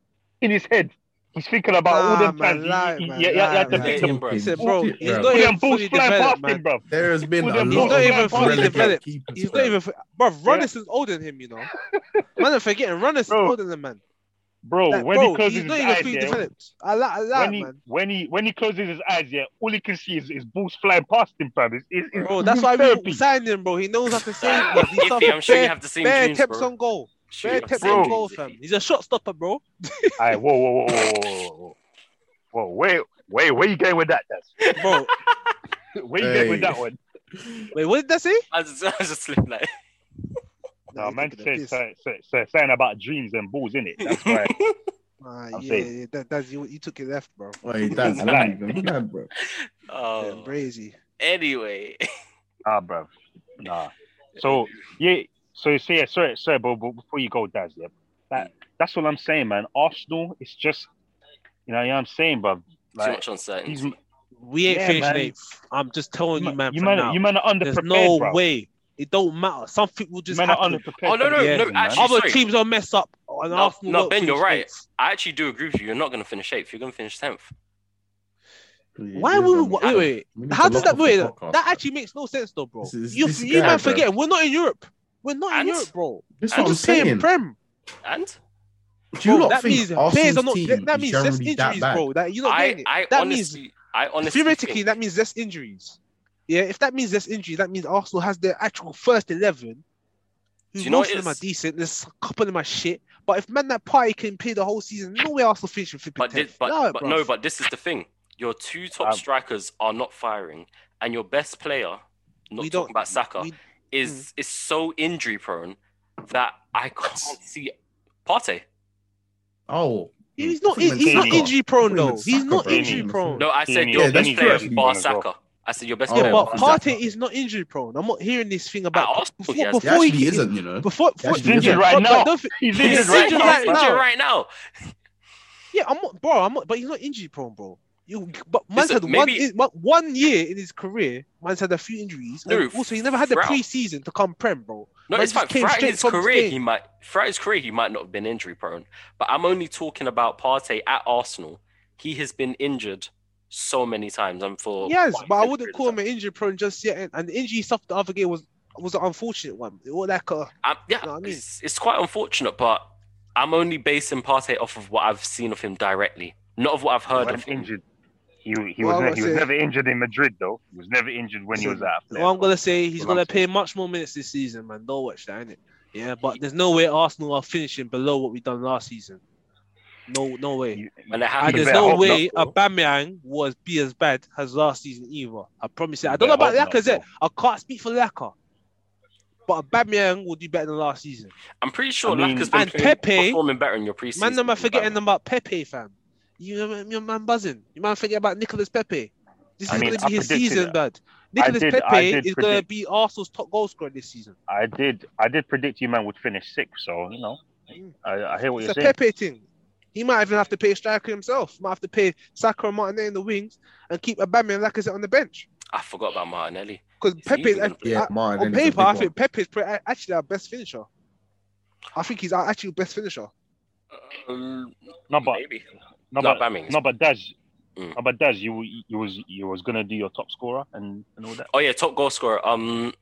in his head, he's thinking about all
Nah,
them
man,
times.
lie,
he, he,
man,
he, he, he
lie,
had to
man.
pick
Him, bro.
Listen, bro,
Bullshit,
he's
bro.
not
all
even
them balls
fully
flying
developed,
past
man.
him, bro.
There has been
He's
a
not
lot
even
of
fully
relegated
developed.
keepers,
He's
bro.
not even. Bro, Ronison's older than him, you know. Man, I'm forgetting Ronison's
Bro.
older than man.
Bro,
Like,
when
bro,
he closes
he's
his
not even
eyes,
fully
yeah,
developed. I like, I like,
when he
man.
when he when he closes his eyes, yeah, all he can see is, is balls flying past him, fam. It's, it's, it's,
Bro, that's
it's
why we
therapy.
signed him, bro. He knows how to save. it. He's
Iffy, I'm sure you
bare,
have the same
bare
dreams,
attempts
bro.
on goal.
Sure
Bare
you have the
attempts
same
on
bro.
goal,
dreams,
fam.
Iffy.
He's a shot stopper, bro.
Aye, whoa, whoa, whoa, whoa, whoa, whoa, whoa, whoa, wait, wait, where you going with that? That's
Bro,
where you going with
Hey.
that one?
wait, what did that say?
I just, I just slipped like.
Nah,
No,
he's
man
taking the piss.
said say- say- say- saying about dreams and balls in it. That's right.
Ah,
I'm
yeah,
saying.
yeah, that, that's you. You took it left, bro.
Wait, that's
I
not
like-
even bad, bro.
Yeah,
Oh,
crazy.
anyway,
ah, bruv. Nah. So yeah, so so yeah, sorry, sorry, but, but before you go, Daz, yeah, that, that's what I'm saying, man. Arsenal, it's just, you know, you know what I'm saying, bruv.
too
Like,
much uncertainty.
he's-
We ain't
Yeah,
finishing
man.
eighth. I'm just telling you, man.
you
for
man,
now.
you man are
There's
underprepared,
no
bruv.
way. It don't matter. Something will
You
just
man are
happen.
underprepared.
Oh, no,
for
no,
the
no,
season, man.
actually-
Other
sorry.
teams will mess up. Oh, And
No,
Arsenal
no,
won't
Ben,
finish
you're right.
eighth.
I actually do agree with you. You're not going to finish eighth. You're going to finish tenth.
Why would we, wait, wait, wait. How does that wait? That actually makes no sense, though, bro.
This is-
you
this
you
guy,
man
bro.
forget we're not in Europe. We're not in
And?
Europe, bro.
That's
I'm
what I'm
just saying,
saying.
Prem.
And
Do
bro,
you not
that
think
means players are
Arsenal's
not.
team
That
is
means just
generally that
injuries,
bad?
bro. That you're not getting
I,
it.
I
That means
honestly, I honestly
theoretically
think-
that means less injuries. Yeah, if that means less injuries, that means Arsenal has their actual first eleven. Who
Do you know
most
what
of them are
it is?
decent. There's a couple of them are shit. But if man that party can play the whole season, no way Arsenal finish with
but, thi-
10th.
but,
no,
but
bruv.
no, but this is the thing. Your two top
Um,
strikers are not firing, and your best player, not
We
talking
don't-
about Saka,
we- mm.
is is so injury prone that I can't see Partey.
Oh,
he's not
I think
he's, he's not
Mancini-
injury prone
I think
though. He's not
Mancini-
injury prone.
No, I said
Dini-
your
Yeah, that's
best
true,
player,
actually.
bar
As well.
Saka. I said your best
Yeah,
Yeah,
player.
but
but-
Partey is not injury prone. I'm not hearing this thing
At
about
Arsenal,
before,
he has-
He
before
actually
he
isn't, you know.
Before, before
actually injured
right
but- but
now.
don't think-
He's
He's
injured
He's
right
injured
now.
right
He's injured
now.
right now.
yeah, I'm not, bro. I'm not, but he's not injury prone, bro. You, but man's
Listen,
had one,
maybe-
in- one one year in his career. Man's had a few injuries.
No,
and also, he never had the
throughout-
pre-season to come prem, bro.
No,
Man
it's
just
fine.
came
Throughout
straight
his
from the
career,
game.
he might throughout his career he might not have been injury prone. But I'm only talking about Partey at Arsenal. He has been injured so many times. I'm for
Yes,
quite
but
a
I
good
wouldn't
period of
call
time.
him an injury prone just yet. And, and the injury stuff the other game was was an unfortunate one. It was like a
Um,
You
yeah,
know what I mean?
it's, it's quite unfortunate, but I'm only basing Partey off of what I've seen of him directly, not of what I've heard of
wasn't
him.
injured. He, he
Well,
was,
I
ne- he was
say-
never injured in Madrid, though. He was never injured when he was at
Well, I'm
Atletico.
gonna say he's
Well,
gonna
I'm
play much more minutes this season, man. Don't watch that, innit? Yeah, but there's no way Arsenal are finishing below what we done last season. No, no way.
You-
And it
And
happened.
there's
better
no
hope
way
not, bro.
Aubameyang was be as bad as last season either. I promise you. I
You
don't know about
better hope
Lacazette.
not,
I can't speak for Laka, but Aubameyang will do better than last season.
I'm pretty sure
I mean-
Laka's been
And
playing-
Pepe-
performing better in your preseason.
Man, am I
than
forgetting
Aubameyang.
about Pepe, fam? You, your man buzzing. You man forget about Nicolas Pepe. This is
I mean,
gonna
I
be his
predicted
season,
it.
bud. Nicolas
did- I
Pepe
did
is gonna
predict-
be Arsenal's top goal scorer this season.
I did. I did predict you man would finish sixth. So you know, I, I hear what
It's
you're
a
saying.
Pepe thing. He might even have to pay a striker himself. Might have to pay Saka and Martinelli in the wings and keep Aubameyang and Lacazette on the bench.
I forgot about Martinelli.
Because
He's
Pepe,
easily gonna play.
Yeah, mine.
on paper, Oh, I think Pepe is pre- actually our best finisher. I think he's our actual best finisher.
Uh,
Um,
No, but
maybe. No,
no, but
Aubameyang is-
no, but Daz,
Mm.
no, but Daz, you you was you was gonna do your top scorer and, and all that.
Oh yeah, top goal scorer. Um,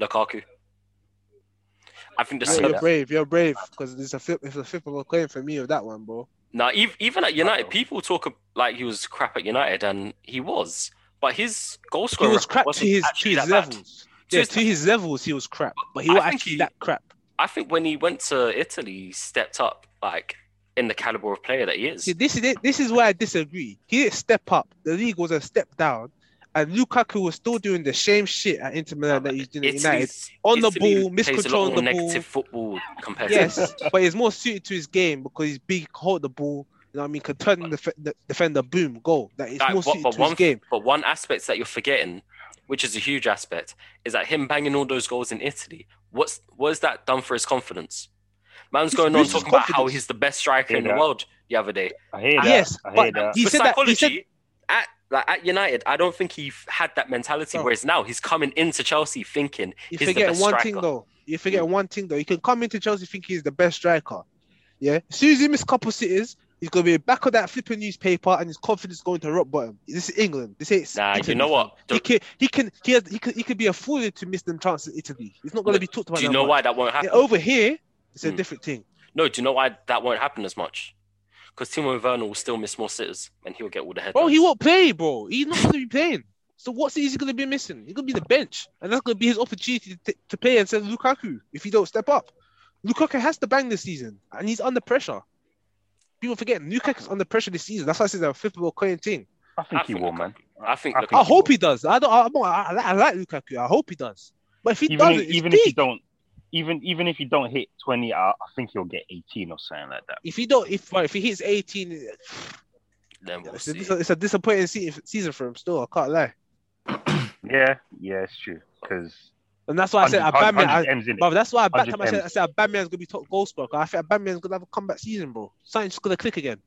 Lukaku. I think the
You're,
Spurs.
you're brave. You're brave. Because it's a flip, it's a flip of a claim for me of that one, bro.
Now, ev- even at United,
Uh-oh.
people talk ab- like he was crap at United, and he was. But his goal
He
scorer
was crap to
wasn't
his to
actually
his
that bad.
levels. Yeah,
his-
to his levels, he was crap. But he
I
was
think
actually
he-
that crap.
I think when he went to Italy, he stepped up like in the caliber of player that he is.
See, this is it. This is where I disagree. He didn't step up. The league was a step down, and Lukaku was still doing the same shit at Inter Milan that he's doing at United.
Italy's-
On the
Italy
ball,
plays a lot
miscontrolling
more
the
negative football compared to
Yes, but he's more suited to his game because he's big, hold the ball. You know what I mean? Can turn the, def- the defender, boom, goal. That is
Like,
more
what-
suited
but
to
one
his game.
But one aspect that you're forgetting, which is a huge aspect, is that him banging all those goals in Italy. What's what has that done for his confidence? Man's
He's
going on
boosted
talking
his
about how
confidence.
he's the best striker in the
Yeah.
world the other day.
I hear that.
Yes,
I hear
but
that.
he
For
said that. He said
psychology, at like at United, I don't think he f- had that mentality.
No.
Whereas now he's coming into Chelsea thinking
You
He's the
forget
best
one
striker. Hmm.
thing though. You forget one thing though. You can come into Chelsea thinking he's the best striker. Yeah. As soon as he misses a couple cities, he's gonna be back of that flipping newspaper and his confidence going to rock bottom. This is England. This ain't
Nah,
Italy,
you know
fam.
what?
He can he can he has he could he could be a fool to miss them chances in Italy. It's not gonna be talked about.
do you
that
know
much.
why that won't happen?
Yeah, over here, it's a
Hmm.
different thing.
No, do you know why that won't happen as much? Because Timo Werner will still miss more sitters and he'll get all the head.
Bro, Oh, he won't play, bro. He's not gonna be playing. So what's he- he's gonna be missing? He's gonna be the bench, and that's gonna be his opportunity to, to play and send Lukaku if he don't step up. Lukaku has to bang this season, and he's under pressure. People forget Lukaku's under pressure this season. That's why this is a flippable coin thing.
I think he
think
will,
Lukaku-
man.
I think Lukaku
I hope
will.
he does. I don't. I, I'm not- I, I, like- I like Lukaku. I hope he does. But if he
Even
doesn't,
if,
it's
even
peak.
if you don't, even even if you don't hit twenty, I, I think he'll get eighteen or something like that.
if he don't, if well, if he hits 18,
Then we'll
it's
see.
a, it's a disappointing se- season for him. Still, I can't lie.
Yeah, yeah, it's true. Because
And that's why I said Aubameyang. I- Bro, that's why I backed
100
up. I said, I
M's.
said Aubameyang's gonna be top goal scorer. 'cause I think Aubameyang's gonna have a comeback season, bro. Something's gonna click again,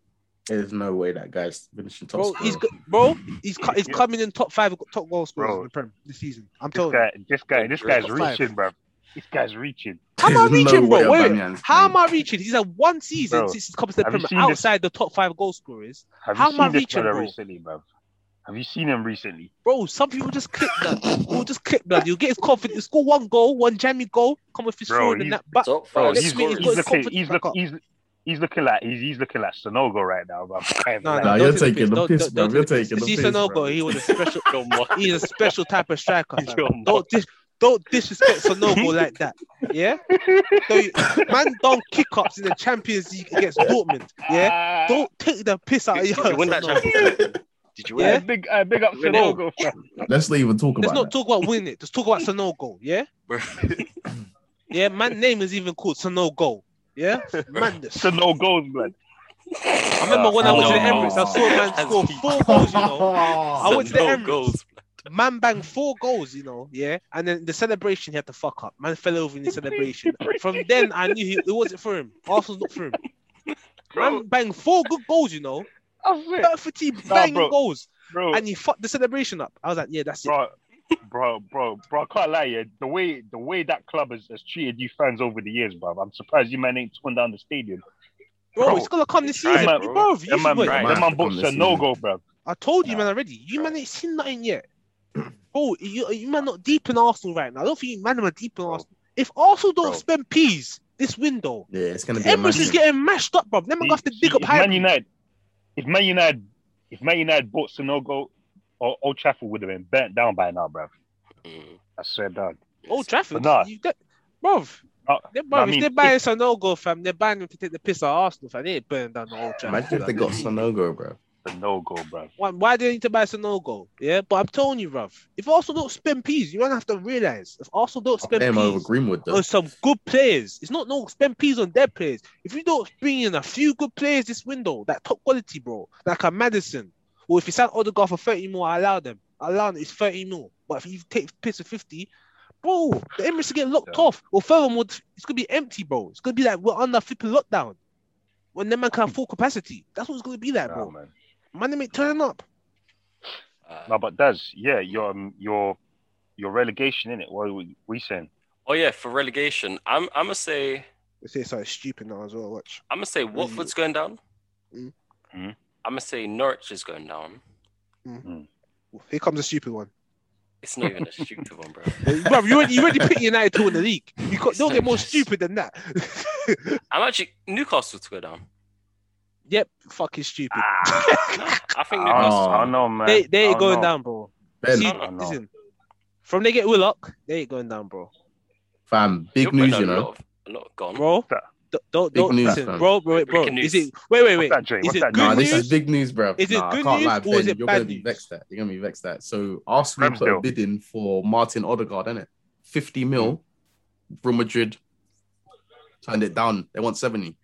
There's no way that guy's finishing top
bro.
scorer.
He's go- bro. He's cu- he's
Yeah.
coming in top five, top goal scorers
Bro.
in the Prem this season. I'm
This
telling you.
guy, this guy, this
Great
guy's
top five.
reaching, bro. This guy's reaching.
How am I
There's no
reaching, bro?
way
Wait, wait.
Aubameyang's
How am
playing.
I reaching? He's had one season
Bro,
since he's come to the
have
Prem
you seen this-
outside the top five goal scorers,
Have
How
you
am I
seen this
reaching,
brother
bro?
recently, bro? Have you seen him recently?
bro. Some people just click that. We'll just click that. You'll get his confidence. He'll score one goal, one jammy goal. Come with his
Bro,
forward and
he's-
that back.
Top
Bro,
five
let's
he's,
meet- he's
scorers.
he's
got his
looking,
confidence
he's,
back
look,
up.
he's, he's looking like he's, he's looking like Sonogo right now, bro.
No,
Nah,
no, don't
you're
take the
taking the
don't-
piss,
don't-
bro.
don't
You're
take the
taking the
piss.
piss,
Sissoko,
bro.
He was a special. he's a special type of striker. fam.
You're mad.
Don't dis- don't disrespect Sonogo like that. Yeah, don't, man, don't kick ups in the Champions League against Dortmund. Yeah,
Ah,
don't take the piss out of
Did
your.
you win that
Sonogo.
Champions League? Did you win?
Yeah.
it?
big, uh, big up
Bro.
Sonogo. fam.
Let's not even talk
Let's
about
not
that.
talk about winning it. Let's talk about Sonogo. Yeah,
Bro,
yeah. Man, name is even called Sonogo. Yeah, madness.
Sonogo, man.
I remember when I was in the
no.
Emirates, I saw a man
Has
score
he-
four goals, you know.
I
I went to the
No
Emirates.
goals.
Man banged four goals, you know, yeah. And then the celebration he had to fuck up. Man fell over in the celebration. From then I knew he, it wasn't for him. Arsenal's not for him. Man banged four good goals, you know. Perfectly banging
bro.
goals.
bro,
And he fucked the celebration up. I was like, yeah, that's it.
bro, bro, bro, bro, I can't lie, yeah. The way the way that club has, has treated you fans over the years, bro. I'm surprised you man ain't torn down the stadium.
Bro,
bro,
it's gonna come this
tried,
season.
bro.
Bro, bro you
Them man,
should wait.
right.
them man
Come
books
this
a no go, bro.
I told you, man,
Nah.
already. You man ain't seen nothing yet. Bro, you you man not deep in Arsenal right now. I don't think you man are deep in Arsenal. If Arsenal don't
Bro.
spend peas this window,
Yeah, it's gonna be. a
Emirates is
massive-
getting mashed up, bro. Them are gonna have to dig up
if Man
high.
United, if Man United, if Man United bought Sonogo, or Old Trafford would have been burnt down by now, bro.
Mm.
I uh, swear down.
Old Trafford,
Nah.
you get, bro.
Nah,
They, bro,
I
if
mean,
they're buying Sanogo, fam, they're buying them to take the piss out of Arsenal, fam. They ain't burning down the Old
Imagine
Trafford.
if they
fam.
got Sonogo, bro.
Sonogo, bro.
Why, why do they need to buy Sanogo? Yeah, but I'm telling you, bruv, if Arsenal don't spend peas, you don't have to realize. If Arsenal don't spend
Them over
peas,
Greenwood though.
on some good players. It's not no spend peas on dead players. If you don't bring in a few good players this window, that top quality, bro, like a Madison, or if you sign Odegaard for 30 more, I allow them. I allow them, it's 30 mil. But if you take piss of 50, bro, the Emirates are getting locked
Yeah.
off. Or furthermore, it's going to be empty, bro. It's going to be like we're under flipping lockdown. When them man can have full capacity. That's what it's going to be like,
Nah,
bro.
man.
Man, they make turn up.
Uh,
No, but Daz, yeah, your um, your your relegation in it. What are we, we saying?
oh yeah, for relegation, I'm I'm gonna say
They say something stupid now as well. Watch.
I'm gonna say Watford's going down.
Mm.
Mm.
I'm gonna say Norwich is going down.
Here comes a stupid one.
It's not even a stupid one, bro.
bro, you already, you already picked United to win the league. You got, don't get more
Yes.
stupid than that.
I'm actually Newcastle to go down.
Yep, fucking stupid.
I think
I, don't,
Newcastle.
I don't know, Ah, man. Oh,
they they
I
ain't
don't
going
know.
down, bro.
Ben,
See,
no,
no.
listen, from they get Willock, they ain't going down, bro.
fam, big
You're
news,
putting
you
a
know.
lot of- A lot gone.
Bro,
Fair.
don't don't,
Big
don't
news,
listen,
fam.
bro, bro, wait, bro.
Breaking
Is
news.
it wait, wait,
What's
wait?
that, Dre?
Is
What's
it
that,
good
Nah,
Dre?
this is
news?
big news, bro.
Is it
Nah, I
good
can't
news
lie,
or is
Ben,
it
You're
bad
gonna be
news?
vexed at. You're gonna be vexed at. So Arsenal put a
Ramsdale.
bid in for Martin Odegaard, innit? Fifty mil.
Hmm.
Real Madrid turned it down. They want seventy.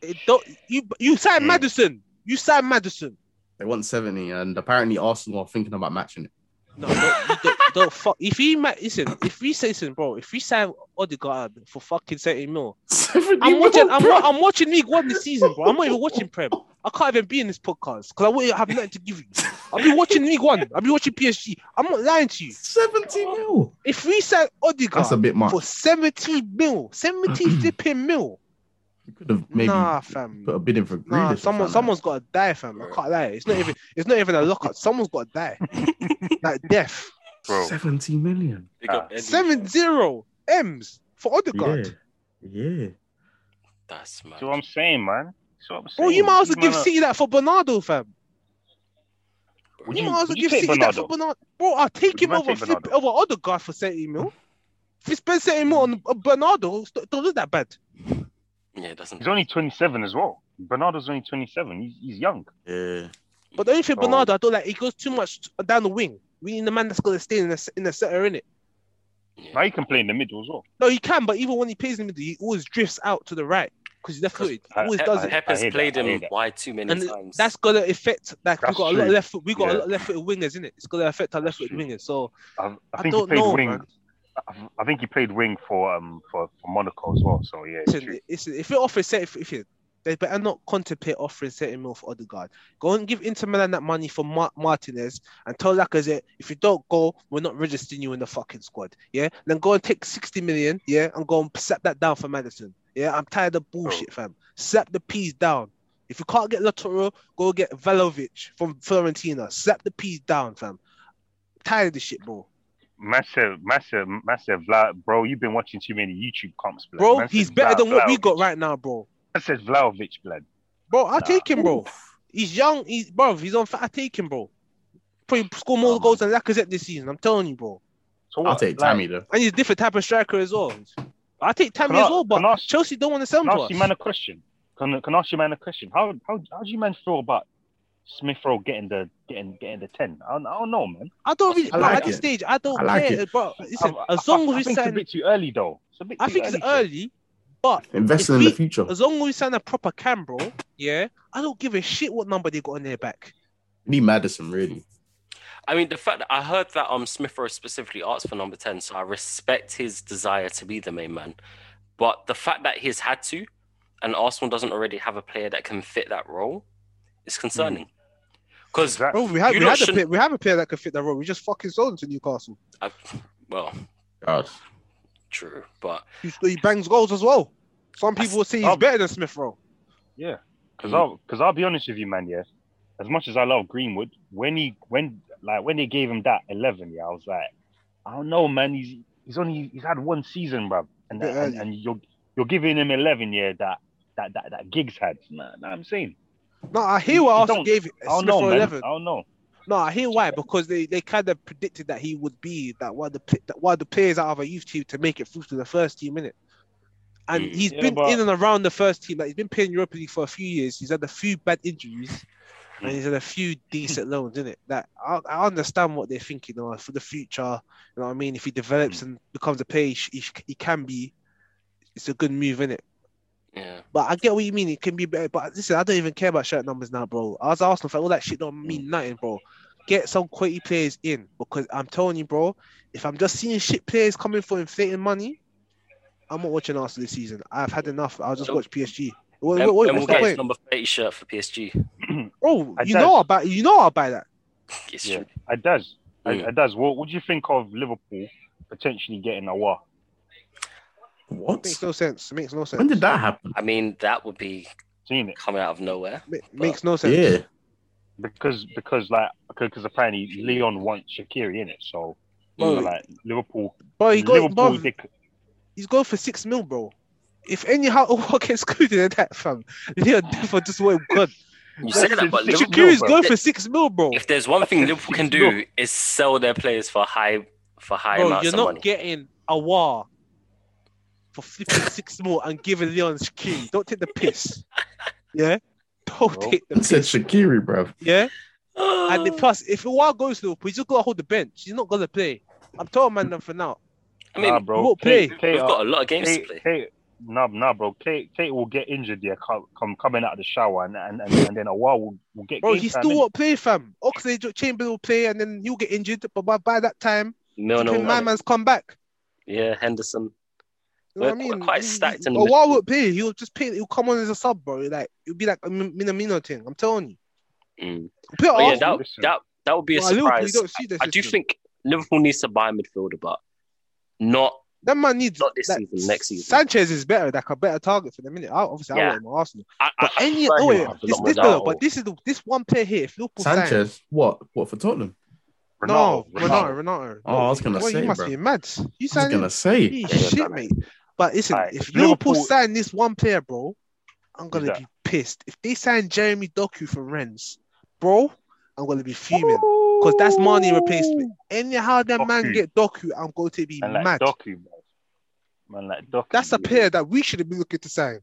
It don't you you signed
Mm.
Madison. You signed Madison.
They want seventy, and apparently Arsenal are thinking about matching it.
No, don't, you don't, don't fuck. If he ma- listen, if we say listen, bro, if we sign Odegaard for fucking 70 mil,
70
I'm
mil,
watching. I'm,
bro.
wa- I'm watching League One this season, bro. I'm not even watching Prem. I can't even be in this podcast because I wouldn't have nothing to give you. I'll be watching League One. I'll be watching PSG. I'm not lying to you.
Seventy mil.
If we sign
That's a
Odegaard
bit much.
for 70 mil, 70 flipping mil,
You could have maybe
nah, fam.
put a bid in for Grealish.
Nah,
or
someone,
something.
someone's got to die, fam. I can't lie. It's not even, it's not even a lockup. Someone's got to die. like death.
Bro,
seventy million.
Big up Eddie.
Seven zero M's for Odegaard.
Yeah. yeah.
That's mad.
that's what I'm saying, man. That's what I'm
Bro,
saying.
you might as well
man
give
are-
City that for Bernardo, fam.
Would
you,
you,
might as well
would you
give
take
City that for
Bernardo?
Bernardo. Bro, I'll take
Would you
him
mind
over
taking
flip,
Bernardo?
over Odegaard for 70 mil. If you spend 70 mil on uh, Bernardo, it's- it don't look that bad.
Yeah, it doesn't.
He's only 27 as well. Bernardo's only 27. He's, he's young.
Yeah.
But the only thing
Oh.
Bernardo, I don't like, he goes too much down the wing. We need a man that's going to stay in the, in the center, innit?
Now he can play in the middle as well.
No, he can, but even when he plays in the middle, he always drifts out to the right because he's left footed. He always
I-
does
I-
it.
Pep has
I hear
played
that, I hear
him
that.
why too many
And
times.
That's gonna affect like we
That's
got a lot of
true.
left foot we got a
Yeah.
lot of left footed wingers in it. It's gonna affect our left
That's
footed
true.
wingers. So
I, I
I
think he
don't
played
know,
wing.
man.
I, I think he played wing for um for, for Monaco as well. So yeah, it's true.
Listen, listen, if you're offering set if, if you they better not contemplate offering setting mil for Odegaard. Go and give Inter Milan that money for Mar- Martinez and tell Lacazette if you don't go, we're not registering you in the fucking squad. Yeah, then go and take 60 million. Yeah, and go and slap that down for Madison. Yeah, I'm tired of bullshit,
Oh.
fam. Slap the peas down. If you can't get Latoro, go get Velovic from Florentina. Slap the peas down, fam. Tired of this shit, bro.
Massive, massive, massive, Vla, bro. You've been watching too many YouTube comps, blood.
Bro,
Man said
he's better
Vla-
than what we
Vlahovic.
got right now, bro.
Man said Vlaovic, blood.
Bro, I'll
Nah.
take him, bro. He's young. He's bro. He's on. fire. I take him, bro. Probably score more
Nah,
goals than Lacazette this season. I'm telling you, bro.
So what?
I'll take
Like,
Tammy though.
And he's a different type of striker as well. I take Tammy
Can I-
as well, but
can I ask-
Chelsea don't want to sell him
Can
to
I ask
us.
you man a question? Can, can I ask you man a question? How how how do you man feel about Smith Rowe getting the getting getting the ten? I, don't- I don't know, man.
I don't really.
I
bro,
like
at this
it.
stage, I don't
I like
care, bro. Listen,
I,
as long
I,
as
I
we
think it's a
sign,
bit too early though. It's a bit
I
too
think it's
bro.
early, But
Investing
If
in the
we-
future.
as long as we sign a proper cam, bro, yeah, I don't give a shit what number they got on their back.
We need Madison, really.
I mean, the fact that I heard that um Smith Rowe specifically asked for number ten, so I respect his desire to be the main man. But the fact that he's had to, and Arsenal doesn't already have a player that can fit that role, is concerning. Because
Hmm. Exactly.
Bro, we had,
You
we
lot
had, a,
shouldn't-
player, we had a player that could fit that role. We just fucking sold him to Newcastle.
well,
God.
true, but
He, he bangs goals as well. Some people will say he's
Oh.
better than Smith Rowe.
Yeah, because I'll because I'll be honest with you, man. Yeah, as much as I love Greenwood, when he when like when they gave him that eleven, yeah, I was like, I don't know, man. He's he's only he's had one season, bruv. and
Bit
and,
early.
and you're you're giving him eleven, yeah. That that that, that gigs had, man. Know what I'm saying,
No, I hear
You
what Arsenal
don't-
gave
I don't
Smith
know,
Rowe
man.
11.
I don't know.
No, I hear why because they, they kind of predicted that he would be that one of the pl- that one of the players out of a youth team to make it through to the first team innit? And
Mm.
he's
Yeah,
been
but-
in and around the first team. Like he's been playing Europa League for a few years. He's had a few bad injuries, and he's had a
Mm.
few decent loans in it. That I, I understand what they're thinking of for the future. You know what I mean? If he
Mm.
develops and becomes a player, he, sh- he, sh- he can be. It's a good move in it.
yeah,
But I get what you mean. It can be better. But listen, I don't even care about shirt numbers now, bro. As an Arsenal fan, all that shit don't mean nothing, bro. Get some quality players in because I'm telling you, bro. If I'm just seeing shit players coming for inflating money, I'm not watching Arsenal this season. I've had enough. I'll just
Nope.
watch PSG. What,
Then-
what, what,
then
what's the
we'll get his
point,
number thirty shirt for PSG.
bro?
I
You
don't-
know I'll buy. You know I'll buy that.
It's
Yeah,
true.
it does. It,
Mm.
it does. What would you think of Liverpool potentially getting a war?
What?
Makes no sense. Makes no sense.
When did that happen?
I mean, that would be
Seen it
coming out of nowhere.
Ma- makes no sense.
Yeah.
because because like because apparently Leon wants Shakiri in it, so you know,
Mm.
like Liverpool
Bro, he got
Liverpool,
above.
they c-
he's going for six mil, bro. If any how gets screwed in that, fam, he'll definitely just want him gone.
You say that,
Listen,
but
Liverpool,
Shakiri's
bro.
going for six mil, bro.
if there's one thing Liverpool can
No.
do is sell their players for high for high
Bro,
amounts
you're
of
not
money.
getting a war for flipping six more and giving Leon Shakiri. Don't take the piss. Yeah? Don't
Bro.
take the
It said
piss.
Shakiri, bruv.
Yeah? And
I
plus, if a war goes to Liverpool, he's just got to hold the bench. He's not going to play. I'm telling man them for now.
mean,
nah,
he
bro.
won't
Kate,
play.
Kate,
we've got
uh,
a lot of games to
Kate,
play.
Kate, nah, nah, bro. Kate, Kate will get injured. Yeah, come, come coming out of the shower, and and, and, and then a while will will get.
Bro,
game
he
time
still
in.
won't play, fam. Oxley Chamberlain will play and then he'll get injured. But by, by that time,
Milner,
flipping
will
my
run it.
man's come back.
yeah, Henderson.
You know what I
We're
mean?
quite
He- he-
stacked in
a
the mid-
war won't play. He'll just play. He'll come on as a sub, bro. Like, it'll be like a Min- Minamino thing. I'm telling you.
Mm.
Put
But yeah,
Arsenal-
that,
listen.
that that would be a
Oh, Well, Liverpool, you
surprise.
don't see this
I do
system.
think Liverpool needs to buy a midfielder, but not
That man needs
Not this
like,
season, next season.
Sanchez is better, like a better target for the minute. I, obviously, I
Yeah.
want him at Arsenal.
I, I,
But any,
prefer
oh,
him
wait,
after
this,
Lombardo.
this, no, but this is the, this one player here. If Liverpool sign,
Sanchez, what? What for Tottenham?
no,
Renato,
Renato,
Renato.
Renato.
Oh, I was gonna
well,
say,
you must
bro.
be mad. You
I was
sign
gonna say.
him?
Yeah,
Shit,
yeah,
mate. But listen,
Alright,
if Liverpool,
Liverpool-
sign this one player, bro, I'm gonna
Who's
be pissed. If they sign Jeremy Doku for Rennes, bro, I'm gonna be fuming. Because that's money replacement. Anyhow, that man
Doku.
get Doku, I'm going to be
And like
mad.
Doku, bro. man, like Doku.
That's a
yeah.
player that we should have been looking to sign.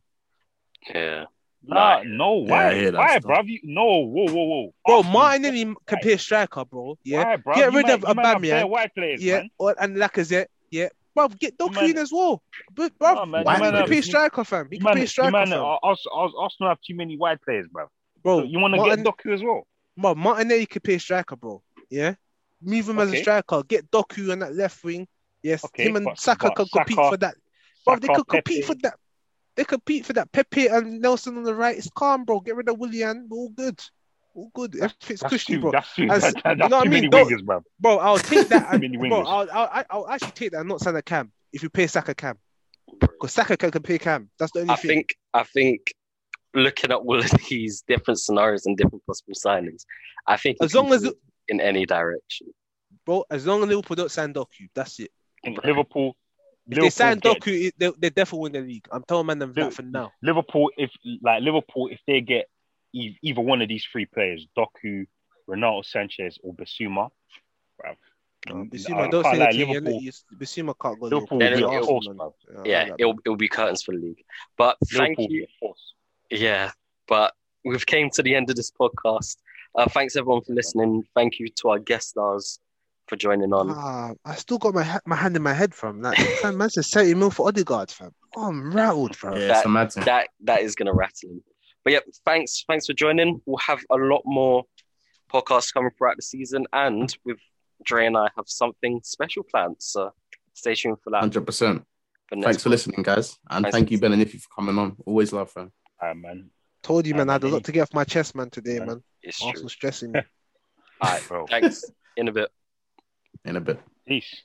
Yeah.
Nah, no,
I
why,
hear that
why,
stuff.
bro? You, no, whoa, whoa, whoa,
Bro,
Arsenal,
Martinelli can play striker, bro. Yeah,
why, bro?
Get
You
rid
might-
of
you might have
Aubameyang.
bare White players,
yeah,
man.
or, and Lacazette, yeah. Bro, get Doku
Man-
in as well. But bro,
Nah, man,
he
Why
can
not?
play striker, fam. He
You
can
man,
play
you
striker,
man,
fam.
Ar- Ar- Ar- Arsenal have too many wide players, bro.
Bro,
So you want to
Martin-
get Doku as well?
bro, Martinelli can play striker, bro. Yeah, move him as a
Okay.
striker. Get Doku on that left wing. Yes,
Okay,
him and
but-
Saka
but
can compete
Saka-
for that. Bro, they
Saka,
could compete
Pepe.
for that. They compete for that. Pepe and Nelson on the right. It's calm, bro. Get rid of Willian. We're all good. All good. Everything's
That's
cushy,
too,
bro.
that's too,
As-
that, that,
you know
that's
what I
too
mean?
many
Don't-
wingers, bro.
Bro, I'll take that. And,
Many
bro,
wingers.
I'll, I'll, I'll actually take that and not sign a cam if you pay Saka cam. Because Saka can, can pay cam. That's the only
I
thing.
think I think looking at all of these different scenarios and different possible signings, I think it
As long
can
as-
go in any direction.
Bro, as long as Liverpool don't sign Doku, that's it.
And Liverpool.
If
Liverpool
they sign
get-
Doku, it- they, they definitely win the league. I'm telling man them that
Liv-
for now.
Liverpool, if like Liverpool, if they get e- either one of these three players, Doku, Renato Sanchez, or Basuma, bruv,
Um,
I
Basuma, don't
can't
say
lie,
that to you.
Liverpool-
you- Basuma can't go
Liverpool
Liverpool.
will be
Yeah,
a
Arsenal,
force,
man.
bro.
Oh, I
yeah,
like that.
it'll it'll be curtains for the league. But thank
Liverpool
you.
will force.
Yeah, but we've came to the end of this podcast. Uh, thanks everyone for listening. Thank you to our guest stars for
Uh-huh.
joining on.
Ah, I still got my ha- my hand in my head from that. Fam, man said 70 mil for Odegaard, fam. I'm rattled, bro.
Yeah,
That-
it's a mad thing.
that that is gonna rattle him. But yep, thanks, thanks for joining. We'll have a lot more podcasts coming throughout the season, and with Dre and I have something special planned. So stay tuned for that.
Hundred percent.
For next
Thanks for
week.
listening, guys, and
Thanks.
thank you, Ben and Iffy, for coming on. Always love, fam.
Ah, man.
Told you, man, I had a
Anthony.
lot to get off my chest, man, today,
Man.
man.
It's true.
Arsenal stressing me.
All right,
Bro.
thanks. In a bit.
In a bit.
Peace.